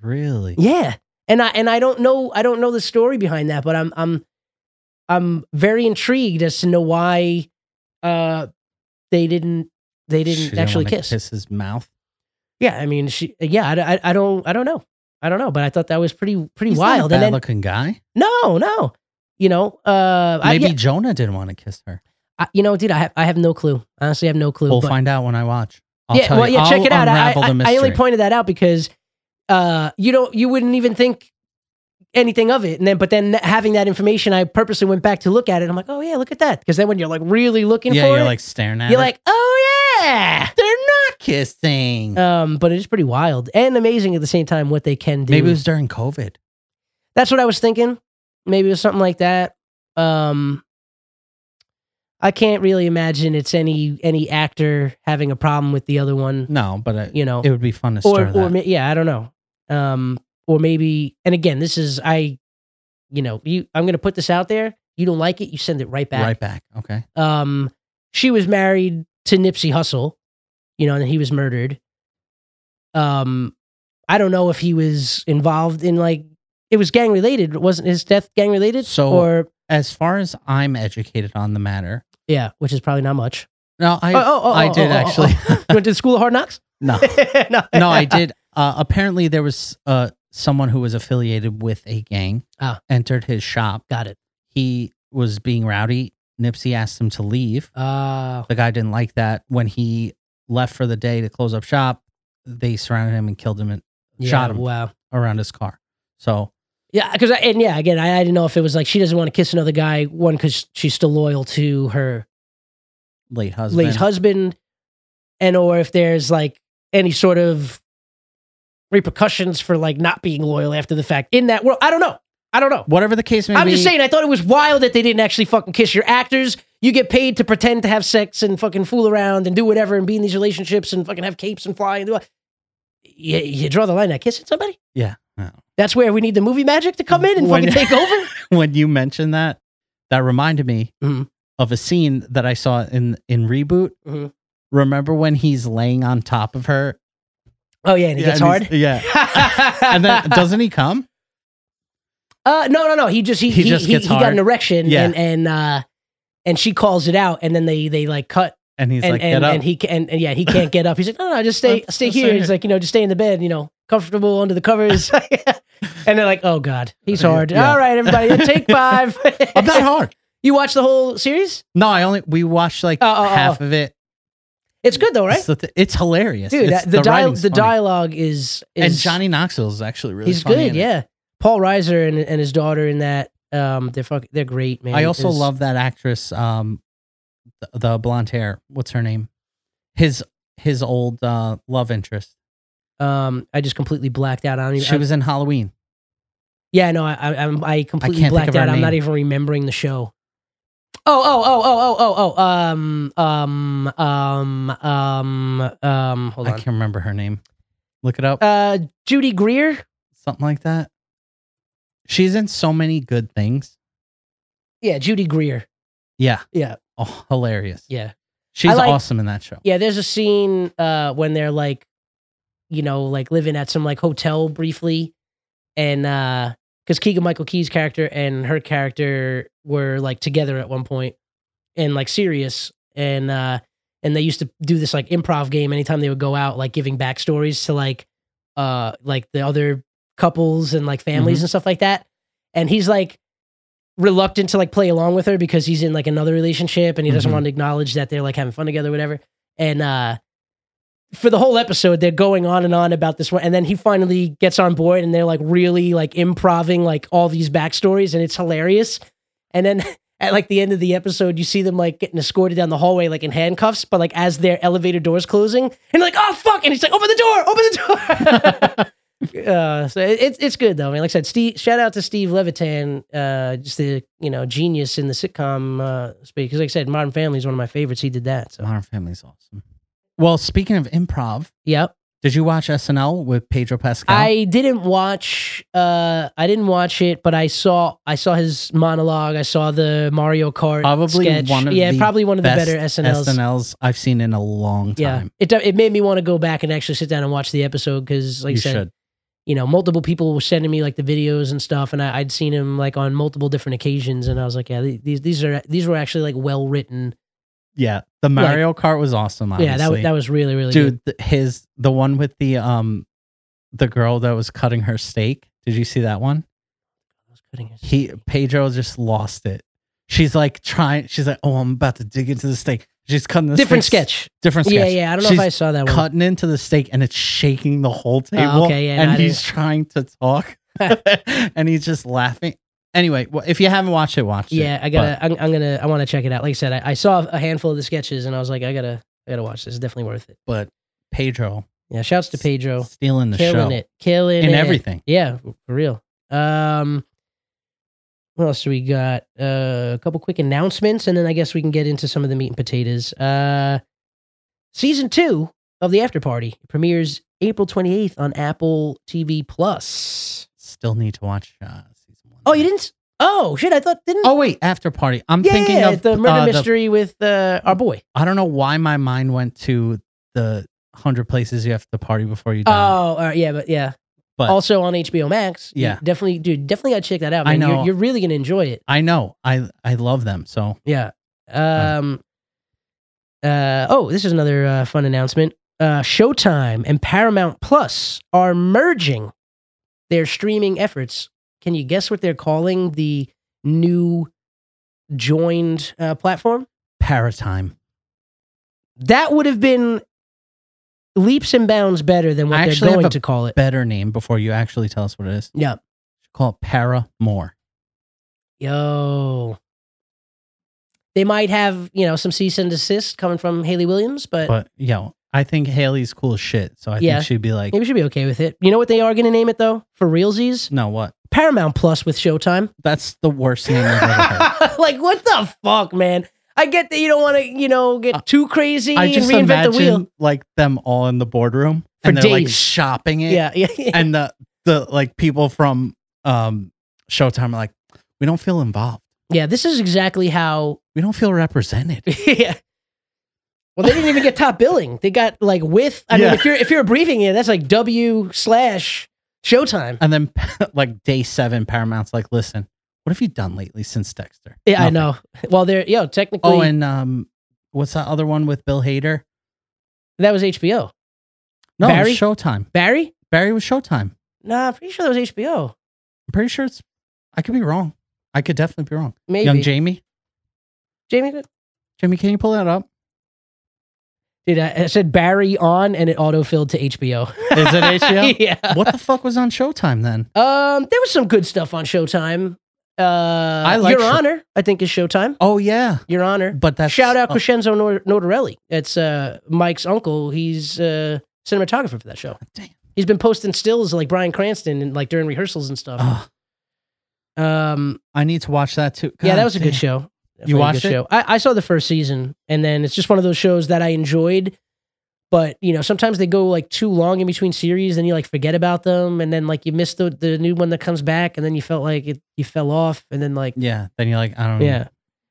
S5: really.
S4: yeah. And I and I don't know I don't know the story behind that, but I'm I'm I'm very intrigued as to know why uh they didn't they
S5: She
S4: didn't actually
S5: wanna
S4: kiss.
S5: Kiss his mouth.
S4: Yeah, I mean she yeah, I, I, I don't I don't know. I don't know, but I thought that was pretty pretty
S5: He's
S4: wild.
S5: Not a bad
S4: and then
S5: looking guy.
S4: no, no. You know, uh I,
S5: Maybe
S4: yeah,
S5: Jonah didn't want to kiss her.
S4: I- you know, dude, I have I have no clue. Honestly, I have no clue.
S5: We'll
S4: but-
S5: find out when I watch. I'll
S4: yeah,
S5: tell
S4: well,
S5: you.
S4: yeah,
S5: I'll
S4: check it out. I,
S5: Unravel
S4: I-
S5: the
S4: I
S5: mystery.
S4: only pointed that out because uh, you don't, you wouldn't even think anything of it, and then but then having that information, I purposely went back to look at it. I'm like, oh yeah, look at that, because then when you're like really looking
S5: yeah,
S4: for
S5: you're
S4: it,
S5: like staring at.
S4: you're
S5: her.
S4: like, oh yeah.
S5: they're not kissing.
S4: Um, but it is pretty wild and amazing at the same time what they can do.
S5: Maybe it was during COVID.
S4: That's what I was thinking. Maybe it was something like that. Um, I can't really imagine it's any any actor having a problem with the other one,
S5: No, but it,
S4: you know.
S5: it would be fun to
S4: or
S5: stir
S4: or
S5: that.
S4: ma- yeah, I don't know. Um, or maybe, and again, this is I, you know, you I'm gonna put this out there. You don't like it, you send it right back.
S5: Right back. Okay.
S4: Um, she was married to Nipsey Hussle, you know, and he was murdered. Um, I don't know if he was involved in like it was gang related. Wasn't his death gang related?
S5: So-
S4: or
S5: As far as I'm educated on the matter,
S4: yeah, which is probably not much. Oh,
S5: no, I I did actually.
S4: you went to the school of hard knocks?
S5: no,
S4: no.
S5: no, I did. Uh, apparently, there was uh, someone who was affiliated with a gang
S4: Ah.
S5: entered his shop.
S4: Got it.
S5: He was being rowdy. Nipsey asked him to leave.
S4: Uh,
S5: The guy didn't like that. When he left for the day to close up shop, they surrounded him and killed him in,
S4: yeah,
S5: Shot him.
S4: Wow.
S5: around his car. So
S4: Yeah, because and yeah, again, I, I didn't know if it was like she doesn't want to kiss another guy. One, because she's still loyal to her
S5: late husband.
S4: late husband, and or if there's like any sort of repercussions for like not being loyal after the fact in that world. I don't know. I don't know.
S5: Whatever the case may
S4: I'm
S5: be.
S4: just saying. I thought it was wild that they didn't actually fucking kiss your actors. You get paid to pretend to have sex and fucking fool around and do whatever and be in these relationships and fucking have capes and fly and do. all- You, you draw the line at kissing somebody.
S5: Yeah. Yeah.
S4: That's where we need the movie magic to come in and
S5: When-
S4: fucking take over.
S5: when you mentioned that, that reminded me
S4: Mhm.
S5: of a scene that I saw in in reboot.
S4: Mhm.
S5: Remember when he's laying on top of her?
S4: Oh yeah, and it
S5: Yeah,
S4: gets
S5: and
S4: hard.
S5: he's- Yeah. And then doesn't he come?
S4: uh, no, no, no. He just he he,
S5: He
S4: he,
S5: just gets
S4: he got
S5: hard.
S4: an erection,
S5: Yeah.
S4: and and uh, and she calls it out, and then they they like cut,
S5: And he's
S4: and
S5: like, get
S4: and,
S5: up.
S4: and he ca- and, and yeah, he can't get up. He's like, no, no, just stay
S5: Let's-
S4: stay
S5: let's
S4: here.
S5: stay
S4: He's
S5: here.
S4: like, you know, just stay in the bed, you know, comfortable under the covers. and they're like, oh god, he's
S5: Yeah.
S4: hard.
S5: Yeah.
S4: All right, everybody, take five.
S5: I'm not hard.
S4: you watch the whole series?
S5: No, I only we watched like
S4: Oh, oh, oh,
S5: half of it.
S4: It's good though,
S5: It's,
S4: right?
S5: the thi- it's hilarious.
S4: Dude,
S5: It's-
S4: that- the, dial
S5: writing's
S4: the
S5: funny.
S4: dialogue is, is
S5: and Johnny Knoxville is actually really.
S4: he's
S5: funny in
S4: good.
S5: it.
S4: Yeah, Paul Reiser and, and his daughter in that. Um, they're fuck, they're great, man.
S5: I also
S4: 'cause-
S5: love that actress. Um, the, the blonde hair. What's her name? His his old uh, love interest.
S4: Um, I just completely blacked out. I don't even.
S5: She
S4: I-
S5: was in Halloween.
S4: yeah, no, I I, I'm- I completely
S5: think of
S4: blacked
S5: her
S4: out. I'm not
S5: name.
S4: even remembering the show. Oh oh oh oh oh oh oh um um um um um hold
S5: I
S4: on.
S5: can't remember her name. Look it up.
S4: Uh, Judy Greer.
S5: Something like that. She's in so many good things.
S4: Yeah, Judy Greer.
S5: Yeah.
S4: Yeah.
S5: Oh, hilarious.
S4: Yeah,
S5: She's
S4: like-
S5: awesome in that show.
S4: yeah. There's a scene uh when they're like, you know, like living at some like hotel briefly, and uh, because Keegan Michael Key's character and her character were like together at one point, and like serious, and uh, and they used to do this like improv game anytime they would go out, like giving backstories to like, uh, like the other couples and like families and stuff like that, and he's like reluctant to like play along with her because he's in like another relationship and he doesn't
S5: Mhm.
S4: want to acknowledge that they're like having fun together, or whatever, and uh for the whole episode, they're going on and on about this one, and then he finally gets on board, and they're like really like improving like all these backstories, and it's hilarious. And then at like the end of the episode, you see them like getting escorted down the hallway like in handcuffs, but like as their elevator doors closing, and they're like oh fuck, and he's like open the door, open the door. uh, so it- it's it's good though. I mean, like I said, Steve, shout out to Steve Levitan, uh, just the you know genius in the sitcom uh, space. Because like I said, Modern Family is one of my favorites. He did that. So
S5: Modern Family's awesome. Well, speaking of improv,
S4: yep.
S5: did you watch SNL with Pedro Pascal?
S4: I didn't watch. Uh, I didn't watch it, but I saw. I saw his monologue. I saw the Mario Kart.
S5: Probably
S4: sketch.
S5: one of
S4: yeah,
S5: the
S4: probably one of the
S5: best
S4: better SNLs.
S5: SNLs I've seen in a long
S4: yeah,
S5: time.
S4: it do- it made me want to go back and actually sit down and watch the episode because, like
S5: you
S4: I said,
S5: should.
S4: you know, multiple people were sending me like the videos and stuff, and I, I'd seen him like on multiple different occasions, and I was like, yeah, the- these these are these were actually like well written.
S5: Yeah, the Mario Kart was awesome. Obviously.
S4: Yeah, that wa- that was really really good.
S5: dude. th- his the one with the um the girl that was cutting her steak. Did you see that one?
S4: I was cutting his-
S5: He Pedro just lost it. She's like trying. She's like, oh, I'm about to dig into the steak. She's cutting the
S4: different
S5: steak-
S4: sketch.
S5: Different sketch.
S4: Yeah, yeah. I don't know
S5: She's
S4: if I saw that one. Oh,
S5: Cutting into the steak and it's shaking the whole table.
S4: okay, yeah, no, I
S5: and
S4: didn't-
S5: he's trying to talk, and he's just laughing. Anyway, well, if you haven't watched it, watch it.
S4: Yeah, I gotta. I'm, I'm gonna. I want to check it out. Like I said, I, I saw a handful of the sketches, and I was like, I gotta. I gotta watch this. It's definitely worth it.
S5: But Pedro
S4: Yeah. Shouts to Pedro,
S5: stealing the
S4: killing
S5: show
S4: it, killing
S5: in
S4: it.
S5: everything.
S4: Yeah, for real. Um, What else do we got? Uh, a couple quick announcements, and then I guess we can get into some of the meat and potatoes. Uh, season two of the After Party premieres April 28th on Apple TV Plus.
S5: Still need to watch uh, season one.
S4: Oh, you didn't? s- Oh shit! I thought didn't.
S5: Oh wait, after party. I'm
S4: yeah,
S5: thinking
S4: yeah,
S5: of
S4: the murder
S5: uh,
S4: mystery with uh, our boy.
S5: I don't know why my mind went to the hundred places you have to party before you
S4: Oh,
S5: die.
S4: uh, yeah, but yeah.
S5: But-
S4: also on HBO Max. you
S5: Yeah.
S4: definitely, dude. Definitely gotta check that out.
S5: I
S4: man. You're-
S5: know.
S4: you're really gonna enjoy it.
S5: I know. I I love them. So
S4: Yeah.
S5: Uh-huh.
S4: Um. Uh. Oh, this is another uh, fun announcement. Uh, Showtime and Paramount Plus are merging their streaming efforts. Can you guess what they're calling the new joined uh, platform?
S5: paratime.
S4: That would have been leaps and bounds better than what
S5: I
S4: they're
S5: actually have
S4: going
S5: a-
S4: to call it.
S5: Better name before you actually tell us what it is.
S4: Yeah.
S5: Call it para more.
S4: Yo. They might have, you know, some cease and desist coming from Haley Williams, but,
S5: But yo, I think Haley's cool as shit. So I
S4: Yeah.
S5: think she'd be like,
S4: maybe she'll be okay with it. You know what they are going to name it though? For realsies?
S5: no, what?
S4: Paramount Plus with Showtime.
S5: That's the worst name I've ever heard.
S4: like what the fuck, man? I get that you don't want to, you know,
S5: Uh,
S4: get too crazy
S5: I
S4: and
S5: just
S4: reinvent
S5: imagine
S4: the wheel.
S5: like them all in the boardroom
S4: For
S5: and they're like
S4: days.
S5: shopping it.
S4: Yeah, yeah, yeah.
S5: And the the like people from um Showtime are like, we don't feel involved.
S4: yeah. This is exactly how.
S5: We don't feel represented.
S4: yeah. Well, they didn't even get top billing. They got like with. I
S5: Yeah.
S4: mean, if you're if you're abbreviating it, that's like W slash Showtime.
S5: And then like day seven, Paramount's like, listen, what have you done lately since Dexter?
S4: Yeah,
S5: Nothing.
S4: I know. Well, they're yo technically.
S5: Oh, and um, what's that other one with Bill Hader?
S4: that was HBO.
S5: No, it was
S4: Barry?
S5: Showtime.
S4: Barry?
S5: Barry was Showtime. I'm
S4: Nah, I'm pretty sure that was HBO.
S5: pretty sure it's. I could be wrong. I could definitely be wrong.
S4: Maybe
S5: Young Jamie,
S4: Jamie.
S5: Jamie, can you pull that up?
S4: Dude, I, I said Barry on, and it auto filled to HBO.
S5: Is it HBO?
S4: yeah.
S5: what the fuck was on Showtime then?
S4: Um, there was some good stuff on Showtime. Uh, I
S5: like
S4: Your
S5: Show-
S4: Honor. I think is Showtime.
S5: Oh yeah,
S4: Your Honor.
S5: but that's
S4: Shout out
S5: uh,
S4: Crescenzo Nor- Notarelli. It's uh, Mike's uncle. He's uh, cinematographer for that show.
S5: damn.
S4: He's been posting stills like Brian Cranston and like during rehearsals and stuff.
S5: Ugh,
S4: Um,
S5: I need to watch that too.
S4: yeah,
S5: God
S4: that was a
S5: damn.
S4: good show.
S5: You
S4: Definitely a
S5: watched
S4: good
S5: it?
S4: Show. I, I saw the first season, and then it's just one of those shows that I enjoyed. But you know, sometimes they go like too long in between series, and you like forget about them, and then like you miss the the new one that comes back, and then you felt like it you fell off, and then like
S5: Yeah, then you're like, I don't.
S4: yeah.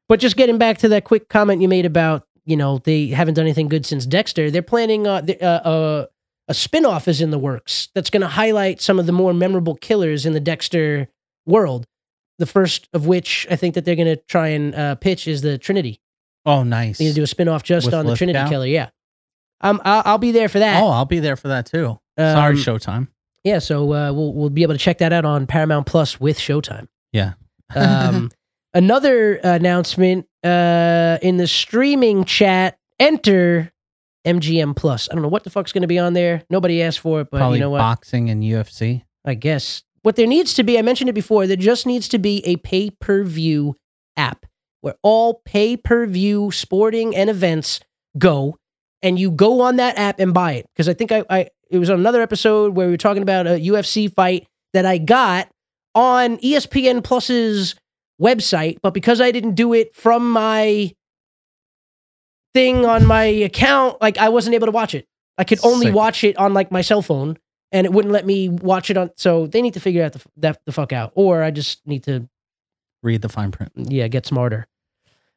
S4: But just getting back to that quick comment you made about you know they haven't done anything good since Dexter. They're planning uh, the, uh, uh, a spin-off is in the works that's going to highlight some of the more memorable killers in the Dexter world. The first of which I think that they're going to try and uh, pitch is the Trinity.
S5: Oh, nice.
S4: They're going to do a spin-off just
S5: With
S4: on the Trinity
S5: Lithgow?
S4: killer. Yeah, um, I'll, I'll be there for that.
S5: oh, I'll be there for that too.
S4: Um,
S5: Sorry, Showtime.
S4: Yeah, so uh, we'll we'll be able to check that out on Paramount Plus with Showtime.
S5: Yeah.
S4: um, another announcement uh, in the streaming chat: enter MGM Plus. I don't know what the fuck's going to be on there. Nobody asked for it, but
S5: Probably
S4: you know what?
S5: boxing and UFC.
S4: I guess what there needs to be. I mentioned it before. There just needs to be a pay per view app where all pay per view sporting and events go, and you go on that app and buy it. Because I think I, I it was on another episode where we were talking about a UFC fight that I got on E ESPN Plus's website, but because I didn't do it from my thing on my account, like I wasn't able to watch it. I could only
S5: Sick.
S4: watch it on like my cell phone, and it wouldn't let me watch it on. So they need to figure out the, f- that the fuck out, or I just need to
S5: Read the fine print.
S4: yeah, get smarter.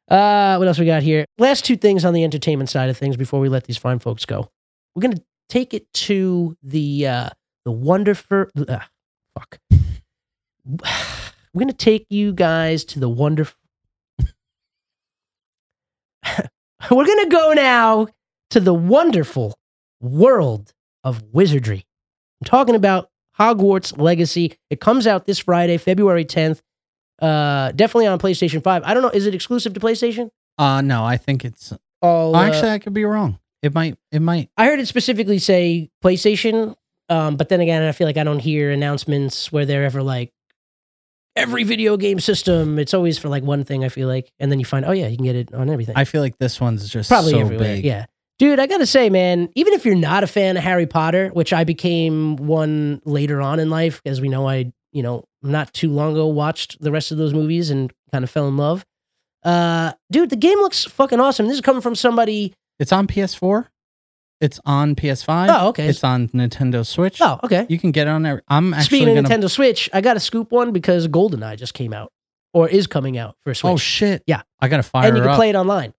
S4: Uh, what else we got here? Last two things on the entertainment side of things before we let these fine folks go. We're gonna take it to the uh, the wonderful uh, fuck. We're gonna take you guys to the wonderful. We're gonna go now to the wonderful world of wizardry. I'm talking about Hogwarts Legacy. It comes out this Friday, February 10th uh definitely on PlayStation 5. I don't know is it exclusive to PlayStation?
S5: Uh no, I think it's
S4: All uh,
S5: actually I could be wrong. It might it might
S4: I heard it specifically say PlayStation um but then again I feel like I don't hear announcements where they're ever like every video game system it's always for like one thing I feel like and then you find oh yeah you can get it on everything.
S5: I feel like this one's just
S4: Probably
S5: so
S4: everywhere.
S5: big.
S4: Yeah. Dude, I got to say man, even if you're not a fan of Harry Potter, which I became one later on in life as we know I you know, not too long ago watched the rest of those movies and kind of fell in love. Uh, dude, the game looks fucking awesome. This is coming from somebody.
S5: It's on PS4. It's on PS5.
S4: Oh, okay.
S5: It's on Nintendo Switch.
S4: Oh, okay.
S5: You can get it on there. I'm actually
S4: Speaking of
S5: gonna-
S4: Nintendo Switch, I got to scoop one because GoldenEye just came out or is coming out for Switch.
S5: Oh shit!
S4: Yeah.
S5: I gotta Oh, fire
S4: and you
S5: her
S4: can
S5: up.
S4: play it online.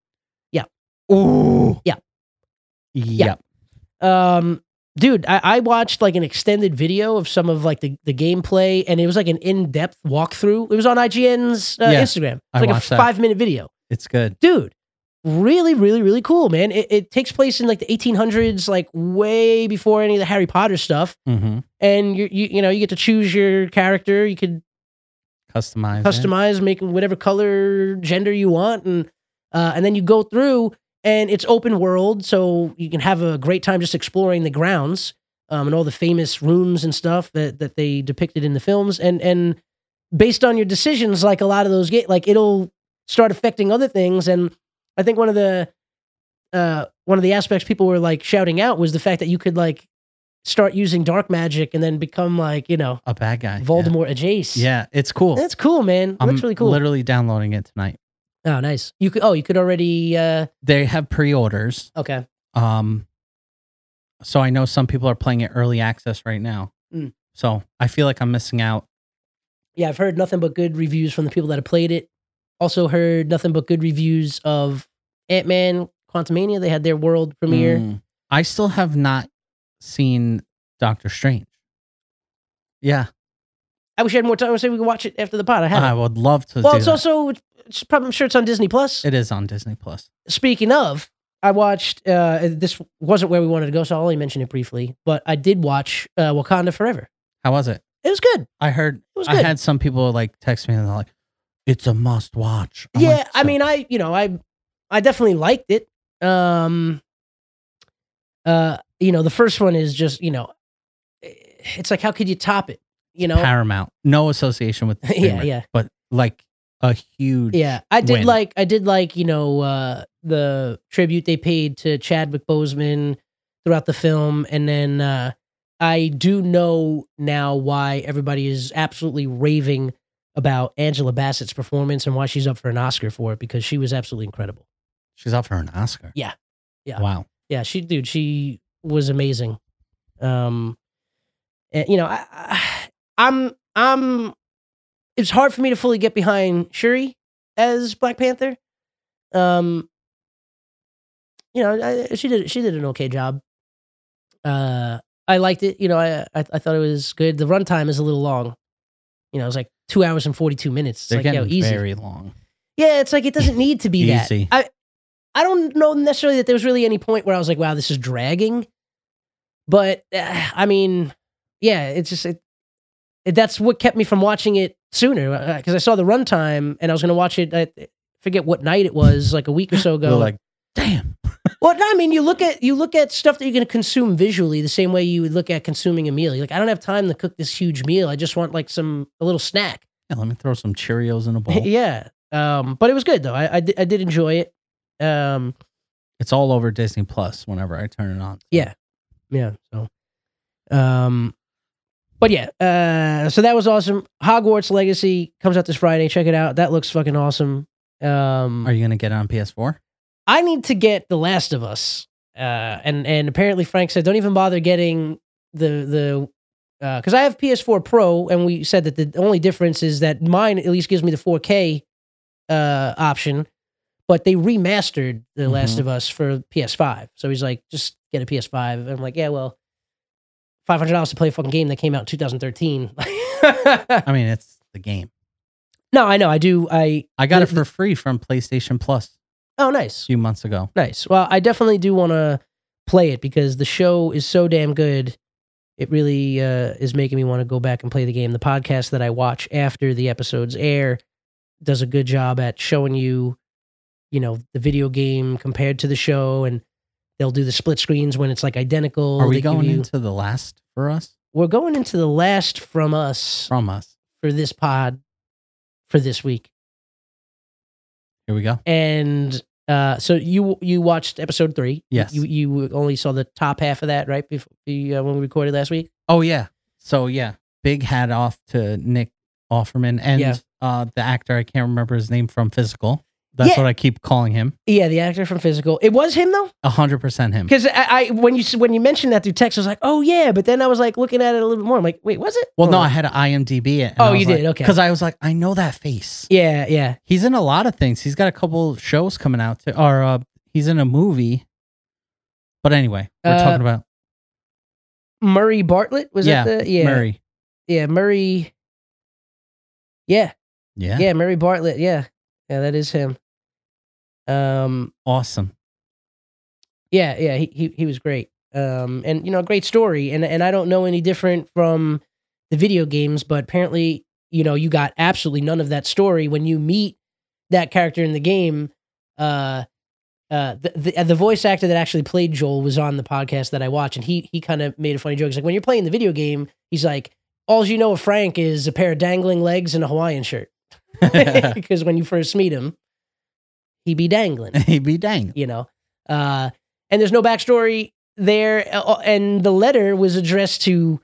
S5: Ooh.
S4: Yeah.
S5: Yep.
S4: um dude I, I watched like an extended video of some of like the, the gameplay and it was like an in-depth walkthrough it was on ign's uh,
S5: Yeah,
S4: instagram
S5: I
S4: it's like a
S5: watched that.
S4: five minute video
S5: It's good.
S4: dude really really really cool man it, it takes place in like the 1800s like way before any of the harry potter stuff
S5: Mm-hmm.
S4: and you you, you know you get to choose your character you could
S5: Customize. it.
S4: customize, make them whatever color, gender you want, and uh, and then you go through, and it's open world, so you can have a great time just exploring the grounds um, and all the famous rooms and stuff that that they depicted in the films, and and based on your decisions, like a lot of those get like it'll start affecting other things, and I think one of the uh, one of the aspects people were like shouting out was the fact that you could like start using dark magic and then become like you know
S5: A bad guy. yeah.
S4: Voldemort adjacent.
S5: Yeah, it's cool.
S4: That's cool, man.
S5: I'm
S4: That's really cool.
S5: Literally downloading it tonight.
S4: oh, nice. You could. Oh, you could already. uh
S5: They have pre-orders.
S4: Okay.
S5: Um, so I know some people are playing it early access right now.
S4: Mm.
S5: So I feel like I'm missing out.
S4: Yeah, I've heard nothing but good reviews from the people that have played it. Also heard nothing but good reviews of Ant Man Quantumania. They had their world premiere.
S5: Mm. I still have not seen Doctor Strange. Yeah,
S4: I wish I had more time. I say we could watch it after the pod. I
S5: I
S4: haven't.
S5: would love to.
S4: well,
S5: do
S4: it's
S5: that.
S4: also. It's probably. I'm sure it's on Disney Plus.
S5: it is on Disney Plus.
S4: Speaking of, I watched. uh This wasn't where we wanted to go, so I'll only mention it briefly. But I did watch uh, Wakanda Forever.
S5: How was it?
S4: It was good.
S5: I heard.
S4: It was
S5: I
S4: good.
S5: had some people like text me and they're like, "It's a must watch." I'm
S4: yeah
S5: like,
S4: i
S5: "So-
S4: mean i you know i i definitely liked it um uh you know the first one is just you know it's like how could you top it you know
S5: Paramount, no association with. the
S4: Yeah,
S5: streamer,
S4: yeah.
S5: But like a huge.
S4: yeah i did
S5: win.
S4: like i did like you know uh the tribute they paid to chadwick boseman throughout the film and then uh i do know now why everybody is absolutely raving about angela bassett's performance and why she's up for an oscar for it because she was absolutely incredible
S5: She's up for an Oscar.
S4: Yeah. Yeah.
S5: Wow.
S4: yeah she dude she was amazing um and, you know I, I i'm i'm it's hard for me to fully get behind shuri as black panther um you know I, she did she did an okay job uh i liked it you know i i, I thought it was good the runtime is a little long you know it's like two hours and 42 minutes it's
S5: They're
S4: like yo,
S5: getting
S4: easy
S5: very long.
S4: yeah, it's like it doesn't need to be
S5: Easy.
S4: that. I I don't know necessarily that there was really any point where I was like, wow, this is dragging. But uh, I mean, yeah, it's just it, it- that's what kept me from watching it sooner because I saw the runtime and I was going to watch it. I forget what night it was, like a week or so
S5: They're
S4: ago.
S5: like, damn.
S4: well, no, I mean, you look at you look at stuff that you're going to consume visually the same way you would look at consuming a meal. You're like, I don't have time to cook this huge meal. I just want like some a little snack.
S5: Yeah, let me throw some Cheerios in a bowl.
S4: yeah. Um, but it was good though. I, I, di- I did enjoy it. Um,
S5: It's all over Disney Plus whenever I turn it on.
S4: yeah, yeah. So, um, but yeah. Uh, so that was awesome. Hogwarts Legacy comes out this Friday. Check it out. That looks fucking awesome. Um,
S5: Are you gonna get it on PS4?
S4: I need to get The Last of Us. Uh, and and apparently Frank said don't even bother getting the the uh 'cause because I have PS4 Pro and we said that the only difference is that mine at least gives me the 4K uh option, but they remastered The Last
S5: Mhm.
S4: of Us for PS5. So he's like, just get a PS5. And I'm like, yeah, well, five hundred dollars to play a fucking game that came out in 2013.
S5: I mean, it's the game.
S4: no, I know, I do. I
S5: I got it
S4: The-
S5: for free from PlayStation Plus
S4: oh
S5: a
S4: nice.
S5: few months ago.
S4: Nice. Well, I definitely do want to play it because the show is so damn good. It really uh, is making me want to go back and play the game. The podcast that I watch after the episodes air does a good job at showing you, you know, the video game compared to the show, and they'll do the split screens when it's like identical.
S5: Are
S4: They
S5: we
S4: give
S5: going
S4: you-
S5: into the last for us?
S4: We're going into the last from us
S5: From us.
S4: for this pod for this week,
S5: Here we go.
S4: and uh, so you you watched episode three.
S5: Yes.
S4: You you only saw the top half of that, right? Before uh, when we recorded last week.
S5: Oh yeah. So yeah, big hat off to Nick Offerman and
S4: Yeah.
S5: uh, the actor. I can't remember his name from Physical. That's
S4: Yeah.
S5: what I keep calling him.
S4: Yeah, the actor from Physical. It was him though,
S5: A hundred percent him.
S4: because I, I when you s- when you mentioned that through text, I was like, oh yeah, but then I was like looking at it a little bit more. I'm like, wait, was it?
S5: Well,
S4: Hold
S5: no,
S4: on.
S5: I had an IMDb. It,
S4: Oh, you did? Okay.
S5: Because I was like, I know that face.
S4: yeah, yeah.
S5: He's in a lot of things. He's got a couple shows coming out, too, or uh, he's in a movie. But anyway, we're
S4: Uh,
S5: talking about
S4: Murray Bartlett was
S5: yeah,
S4: that the yeah
S5: Murray.
S4: yeah Murray. Yeah,
S5: Yeah.
S4: yeah, Murray Bartlett. Yeah, yeah, that is him. Um,
S5: awesome.
S4: Yeah, yeah, he he, he was great. Um, and you know, great story. And and I don't know any different from the video games, but apparently, you know, you got absolutely none of that story when you meet that character in the game. Uh, uh, the the, uh, the voice actor that actually played Joel was on the podcast that I watch, and he he kind of made a funny joke. He's like, when you're playing the video game, he's like, all you know of Frank is a pair of dangling legs and a Hawaiian shirt, because when you first meet him, he be dangling
S5: he be dang.
S4: you know uh and there's no backstory there Uh, and the letter was addressed to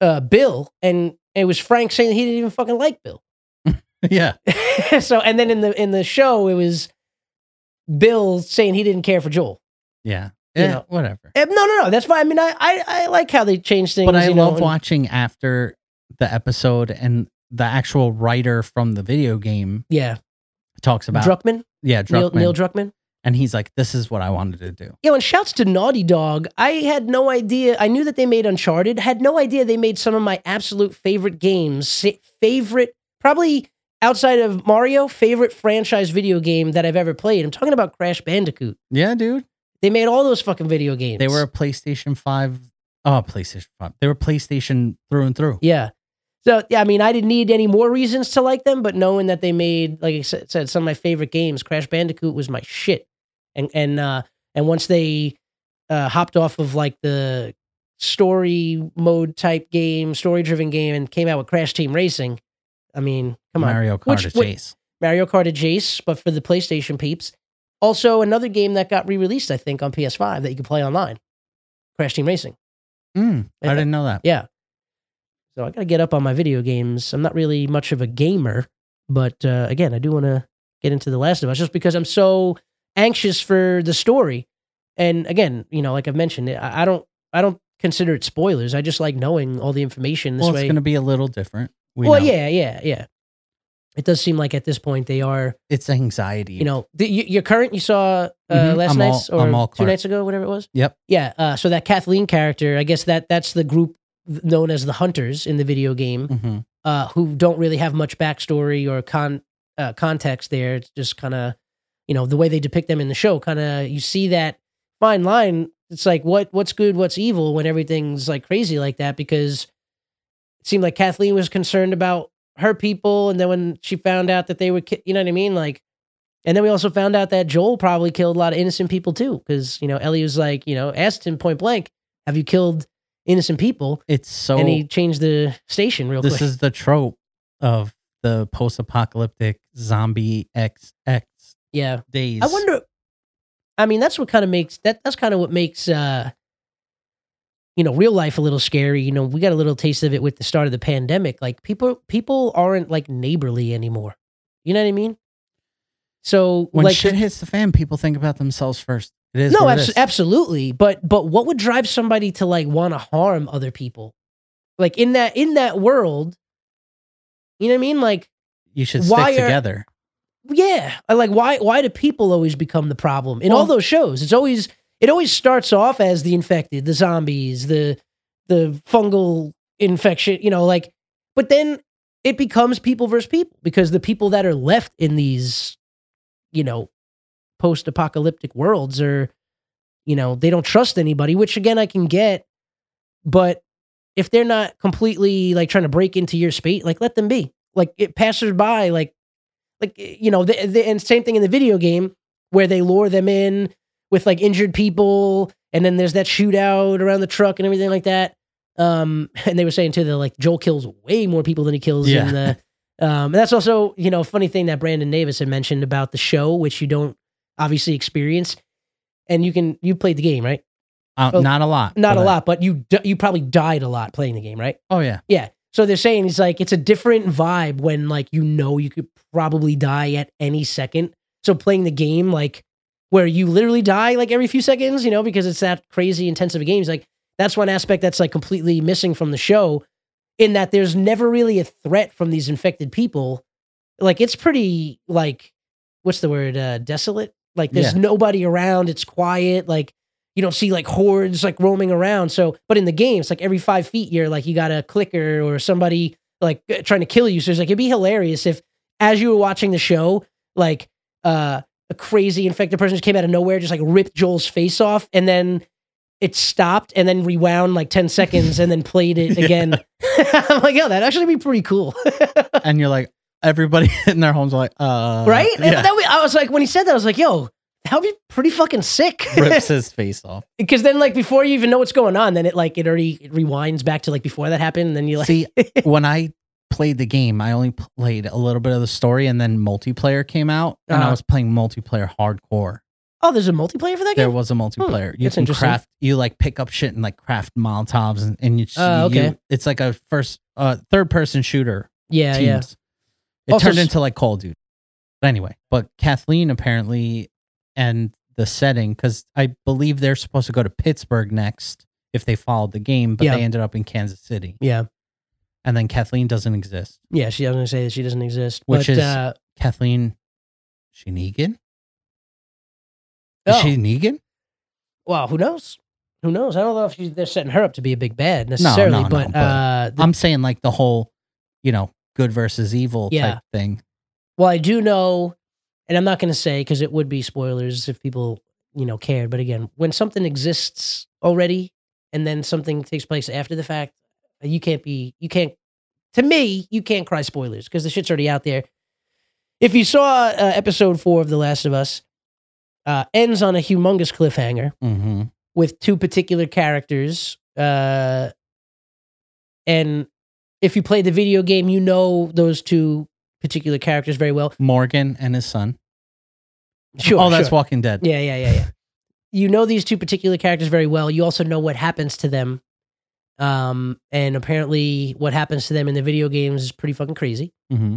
S4: uh bill and it was frank saying he didn't even fucking like bill
S5: yeah.
S4: so and then in the in the show it was bill saying he didn't care for joel
S5: Yeah.
S4: You
S5: Yeah.
S4: know.
S5: Whatever.
S4: Eh, no no no that's fine i mean i i, I like how they changed things
S5: But I
S4: you know,
S5: love
S4: and-
S5: watching after the episode and the actual writer from the video game
S4: yeah
S5: talks about
S4: druckman,
S5: yeah
S4: Neil,
S5: Druckmann,
S4: neil druckman
S5: and he's like, this is what I wanted to do.
S4: Yeah, and shouts to Naughty Dog. I had no idea. I knew that they made Uncharted. Had no idea they made some of my absolute favorite games. Sa- Favorite, probably outside of Mario, favorite franchise video game that I've ever played. I'm talking about Crash Bandicoot.
S5: Yeah, dude.
S4: They made all those fucking video games.
S5: They were a PlayStation Five. Oh, PlayStation Five. They were PlayStation through and through.
S4: yeah. So yeah, I mean, I didn't need any more reasons to like them, but knowing that they made, like I sa- said, some of my favorite games, Crash Bandicoot was my shit. And and uh, and once they uh, hopped off of like the story mode type game, story driven game, and came out with Crash Team Racing. I mean, come on,
S5: Mario Kart
S4: Which-
S5: to
S4: which-
S5: chase.
S4: Mario Kart Jace, but for the PlayStation peeps. Also, another game that got re released, I think, on PS5 that you could play online, Crash Team Racing.
S5: Mm, I
S4: Yeah.
S5: didn't know that.
S4: Yeah. So I got to get up on my video games. I'm not really much of a gamer, but uh, again, I do want to get into The Last of Us just because I'm so anxious for the story. And again, you know, like I've mentioned, I, I don't, I don't consider it spoilers. I just like knowing all the information this
S5: Well, it's
S4: way.
S5: going to be a little different. We
S4: well,
S5: know.
S4: yeah, yeah, yeah. It does seem like at this point they are,
S5: It's anxiety.
S4: you know, the, y- your current. You saw uh,
S5: Mhm,
S4: last
S5: I'm all-
S4: night's
S5: I'm
S4: or
S5: all
S4: two
S5: Clark.
S4: nights ago, whatever it was.
S5: Yep.
S4: Yeah. Uh, so that Kathleen character, I guess that that's the group th- known as the Hunters in the video game,
S5: Mhm.
S4: uh, who don't really have much backstory or con uh, context. There, it's just kind of, you know, the way they depict them in the show. Kind of, you see that fine line. It's like what what's good, what's evil when everything's like crazy like that. Because it seemed like Kathleen was concerned about her people, and then when she found out that they were, ki- you know what I mean, like. And then we also found out that Joel probably killed a lot of innocent people too, because you know Ellie was like, you know, asked him point blank, "Have you killed innocent people?"
S5: It's so.
S4: and he changed the station real
S5: this
S4: quick.
S5: is the trope of the post-apocalyptic zombie X X
S4: yeah,
S5: days.
S4: I wonder. I mean, that's what kind of makes that. That's kind of what makes uh, you know, real life a little scary. You know, we got a little taste of it with the start of the pandemic. Like people, people aren't like neighborly anymore. You know what I mean? So
S5: when
S4: like,
S5: shit hits the fan, people think about themselves first. It is
S4: no
S5: what it
S4: abso-
S5: is.
S4: absolutely but but what would drive somebody to like want to harm other people like in that in that world you know what i mean like
S5: You should
S4: Why
S5: stick
S4: are-
S5: together.
S4: yeah I like why why do people always become the problem in all
S5: Well-
S4: those shows it's always it always starts off as the infected the zombies the the fungal infection you know like but then it becomes people versus people because the people that are left in these you know post-apocalyptic worlds are you know they don't trust anybody which again i can get but if they're not completely like trying to break into your space like let them be like it passersby like like eh, you know the, the, and same thing in the video game where they lure them in with like injured people and then there's that shootout around the truck and everything like that um and they were saying too that like joel kills way more people than he kills
S5: Yeah.
S4: in the um and that's also you know a funny thing that brandon davis had mentioned about the show which you don't obviously experience and you can you played the game right
S5: Uh,
S4: Oh,
S5: not a lot.
S4: not
S5: but
S4: a
S5: I-
S4: lot but you di- you probably died a lot playing the game right
S5: Oh yeah.
S4: So they're saying he's like, it's a different vibe when like you know you could probably die at any second. So playing the game like where you literally die like every few seconds, you know, because it's that crazy intense of a game. He's like, that's one aspect that's like completely missing from the show, in that there's never really a threat from these infected people. Like it's pretty like what's the word? Uh desolate. Like there's nobody around, it's quiet, like you don't see like hordes like roaming around. So, but in the game, it's like every five feet, you're like, you got a clicker or somebody like trying to kill you. So it's like, it'd be hilarious if as you were watching the show, like, uh, a crazy infected person just came out of nowhere, just like ripped Joel's face off. And then it stopped and then rewound like 10 seconds and then played it
S5: Yeah.
S4: again. I'm like, yo, that'd actually be pretty cool.
S5: and you're like, everybody in their homes are like, uh,
S4: right?
S5: Yeah.
S4: That, I was like, when he said that, I was like, yo, that would be pretty fucking sick.
S5: rips his face off.
S4: because then like before you even know what's going on then it like it already it rewinds back to like before that happened and then you like
S5: See, when I played the game, I only played a little bit of the story, and then multiplayer came out, and I
S4: Uh-huh.
S5: was playing multiplayer hardcore.
S4: oh there's a multiplayer for that
S5: There
S4: game
S5: was a multiplayer. you
S4: Hmm, that's
S5: can
S4: interesting.
S5: craft. You like pick up shit and like craft Molotovs, and, and you,
S4: Oh,
S5: you-
S4: okay.
S5: It's like a first, uh, third person shooter
S4: yeah yeah
S5: teams. It
S4: Also
S5: turned
S4: s-
S5: into like Call of Duty. But anyway, but Kathleen apparently and the setting, because I believe they're supposed to go to Pittsburgh next if they followed the game, but
S4: Yeah.
S5: they ended up in Kansas City.
S4: yeah
S5: And then Kathleen doesn't exist.
S4: yeah she I was gonna say that she doesn't exist
S5: Which
S4: but
S5: is-
S4: uh
S5: Kathleen, she Negan? Is
S4: oh,
S5: she Negan?
S4: well who knows who knows I don't know if she, they're setting her up to be a big bad necessarily
S5: no,
S4: but,
S5: but
S4: uh the-
S5: I'm saying like the whole, you know, good versus evil
S4: Yeah.
S5: type thing.
S4: well I do know and I'm not gonna say because it would be spoilers if people you know cared but again when something exists already and then something takes place after the fact uh, you can't be you can't to me you can't cry spoilers because the shit's already out there if you saw uh, episode four of the last of us uh, ends on a humongous cliffhanger
S5: Mm-hmm.
S4: with two particular characters uh, and if you played the video game you know those two particular characters very well
S5: Morgan and his son.
S4: sure
S5: oh, that's
S4: sure.
S5: Walking Dead.
S4: Yeah, yeah, yeah, yeah. you know these two particular characters very well. You also know what happens to them. Um, and apparently what happens to them in the video games is pretty fucking crazy.
S5: hmm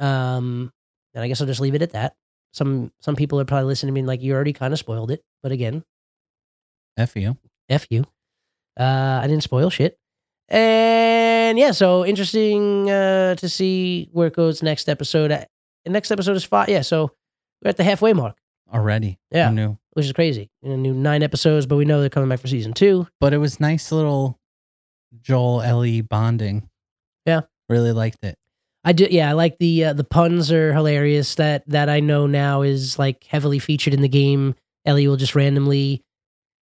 S4: Um, and I guess I'll just leave it at that. Some some people are probably listening to me and like you already kind of spoiled it, but again,
S5: F you.
S4: F you. Uh, I didn't spoil shit. And yeah, so interesting uh, to see where it goes next episode. Uh, next episode is five. Yeah, so we're at the halfway mark,
S5: Already.
S4: Yeah.
S5: I knew.
S4: which is crazy. You know, new nine episodes, but we know they're coming back for season two.
S5: but it was nice little Joel Ellie bonding.
S4: Yeah.
S5: really liked it.
S4: I do. Yeah, I like the uh, the puns are hilarious. That that I know now is like heavily featured in the game. Ellie will just randomly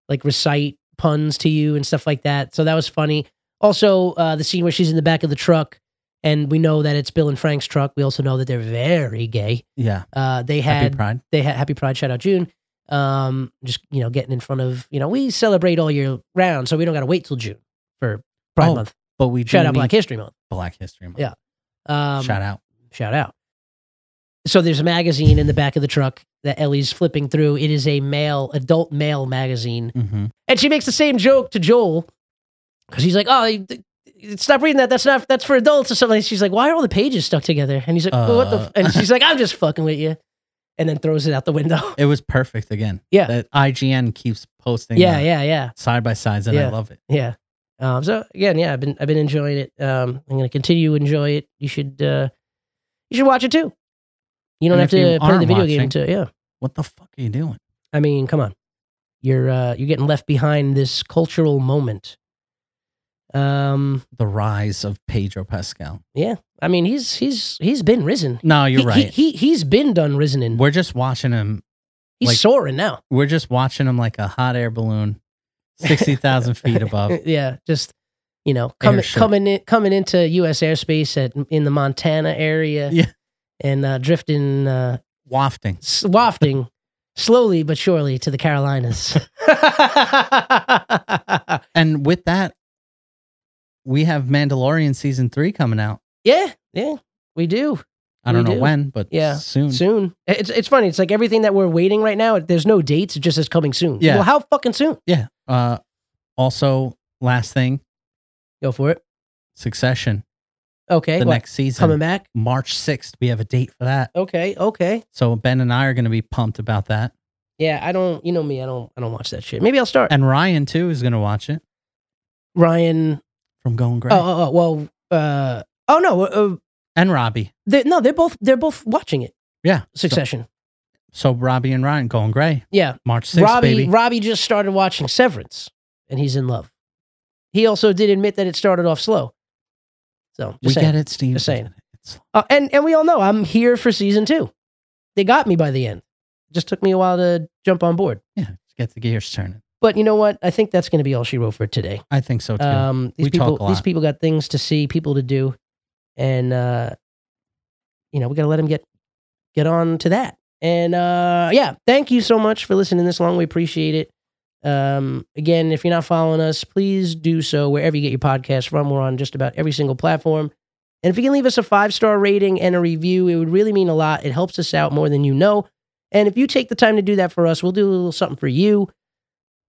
S4: like recite puns to you and stuff like that. So that was funny. Also, uh, the scene where she's in the back of the truck, and we know that it's Bill and Frank's truck. We also know that they're very gay.
S5: Yeah,
S4: Uh, they
S5: Happy
S4: had
S5: Pride.
S4: they had Happy Pride. Shout out June. Um, just you know, getting in front of you know, we celebrate all year round, so we don't got to wait till June for Pride
S5: Oh,
S4: Month.
S5: But we do
S4: Shout out
S5: need
S4: Black History Month.
S5: Black History Month.
S4: Yeah. Um,
S5: shout out.
S4: shout out. So there's a magazine in the back of the truck that Ellie's flipping through. It is a male, adult male magazine.
S5: hmm
S4: And she makes the same joke to Joel because he's like, oh, you- th- stop reading that. That's not, that's for adults or something. she's like, why are all the pages stuck together? And he's like, well, what the? F-?
S5: Uh.
S4: And she's like, I'm just fucking with you. And then throws it out the window.
S5: It was perfect again.
S4: Yeah.
S5: that IGN keeps posting.
S4: Yeah,
S5: that
S4: yeah, yeah,
S5: side by sides, and
S4: Yeah.
S5: I love it.
S4: yeah. Um, so again, yeah, I've been, I've been enjoying it. Um, I'm going to continue to enjoy it. You should, uh, you should watch it too. You don't
S5: And
S4: have
S5: if you
S4: to play the
S5: aren't
S4: video game
S5: watching-
S4: to, yeah.
S5: What the fuck are you doing?
S4: I mean, come on. You're uh, you're getting left behind this cultural moment. Um,
S5: The rise of Pedro Pascal.
S4: I mean, he's he's he's been risen.
S5: No, Oh, you're
S4: he,
S5: right.
S4: He, he has been done risen in.
S5: we're just watching him.
S4: He's
S5: like-
S4: soaring now.
S5: We're just watching him like a hot air balloon, sixty thousand feet above.
S4: Uh, yeah, just you know, coming
S5: Oh. Airship.
S4: coming in, coming into U.S. airspace at in the Montana area.
S5: Yeah.
S4: and uh, drifting, uh,
S5: Wafting.
S4: s- wafting slowly but surely to the Carolinas.
S5: And with that, we have Mandalorian season three coming out.
S4: yeah, yeah, we do.
S5: I don't
S4: We
S5: know
S4: do.
S5: when, but
S4: Yeah.
S5: soon.
S4: soon. It's it's funny. It's like everything that we're waiting right now. There's no dates. It just is coming soon.
S5: Yeah.
S4: Well, how fucking soon?
S5: Yeah. Uh, also, last thing,
S4: Go for it.
S5: Succession.
S4: Okay.
S5: the
S4: well,
S5: next season.
S4: coming back.
S5: March 6th, we have a date for that.
S4: Okay. Okay.
S5: So Ben and I are going to be pumped about that.
S4: Yeah. I don't. You know me. I don't. I don't watch that shit. Maybe I'll start.
S5: And Ryan, too, is going to watch it
S4: Ryan.
S5: from Going Great.
S4: Oh, oh, oh. Well. Uh. Oh no. Uh,
S5: And Robbie.
S4: they, no. They're both. They're both watching it.
S5: Yeah.
S4: Succession.
S5: So, so Robbie and Ryan going gray
S4: yeah.
S5: March 6th,
S4: Robbie
S5: baby.
S4: Robbie just started watching Severance, and he's in love. He also did admit that it started off slow. So just
S5: we
S4: saying.
S5: get it, Steve.
S4: Just saying.
S5: It's-
S4: Uh, and and we all know I'm here for season two. They got me by the end. Just took me a while to jump on board.
S5: yeah, let's get the gears turning.
S4: But you know what? I think that's going to be all she wrote for today.
S5: I think so, too.
S4: Um, these
S5: We talk
S4: people,
S5: a lot.
S4: these people got things to see, people to do, and uh, you know we got to let them get get on to that. And uh, yeah, thank you so much for listening this long. We appreciate it. Um, again, if you're not following us, please do so wherever you get your podcast from. We're on just about every single platform. And if you can leave us a five star rating and a review, it would really mean a lot. It helps us out more than you know. And if you take the time to do that for us, we'll do a little something for you.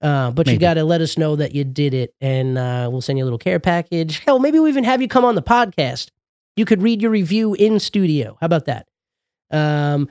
S4: Uh, but you
S5: Maybe.
S4: got to let us know that you did it, and uh, we'll send you a little care package. Hell, maybe we'll even have you come on the podcast. You could read your review in studio. How about that? Um,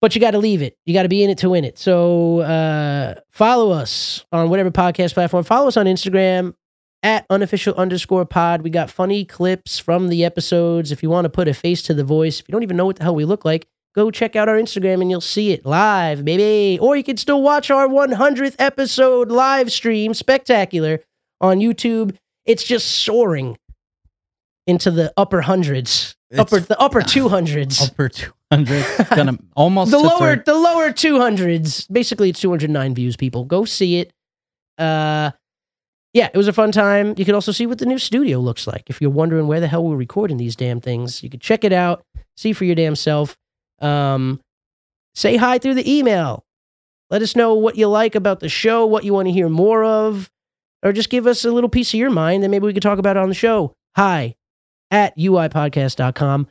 S4: but you got to leave it. You got to be in it to win it. So uh, follow us on whatever podcast platform. Follow us on Instagram at unofficial underscore pod. We got funny clips from the episodes. If you want to put a face to the voice, if you don't even know what the hell we look like, go check out our Instagram and you'll see it live, baby. Or you can still watch our 100th episode live stream, spectacular, on YouTube. It's just soaring into the upper hundreds,
S5: It's-
S4: upper the upper 200s
S5: Upper 200. gonna almost
S4: the
S5: to
S4: lower
S5: three.
S4: the lower 200s basically it's 209 views people go see it uh yeah it was a fun time you could also see what the new studio looks like if you're wondering where the hell we're recording these damn things you could check it out see for your damn self um say hi through the email let us know what you like about the show what you want to hear more of or just give us a little piece of your mind and maybe we could talk about it on the show hi at uipodcast.com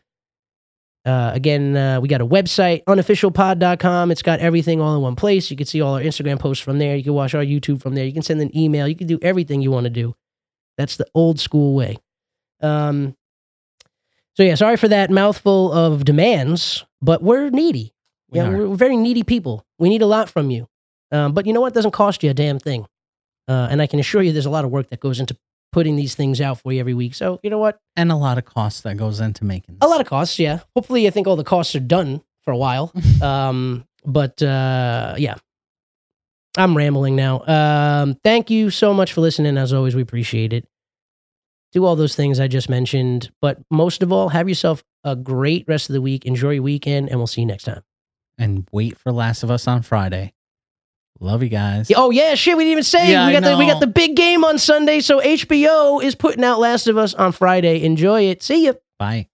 S4: uh, again, uh, we got a website, unofficialpod.com. It's got everything all in one place. You can see all our Instagram posts from there. You can watch our YouTube from there. You can send an email. You can do everything you want to do. That's the old school way. Um, so, yeah, sorry for that mouthful of demands, but we're needy.
S5: We
S4: yeah,
S5: are.
S4: we're, we're very needy people. We need a lot from you. Um, but you know what? It doesn't cost you a damn thing. Uh, and I can assure you there's a lot of work that goes into putting these things out for you every week. So, you know what?
S5: and a lot of cost that goes into making
S4: A lot of costs, yeah. Hopefully, I think all the costs are done for a while. um, but uh, yeah, I'm rambling now. Um, thank you so much for listening. As always, we appreciate it. Do all those things I just mentioned, but most of all, have yourself a great rest of the week. Enjoy your weekend, and we'll see you next time.
S5: and wait for Last of Us on Friday. Love you guys.
S4: Yeah, Oh yeah, shit, we didn't even say
S5: Yeah,
S4: we
S5: I
S4: got the we
S5: know.
S4: got the big game on Sunday. So HBO is putting out Last of Us on Friday. Enjoy it. See ya.
S5: Bye.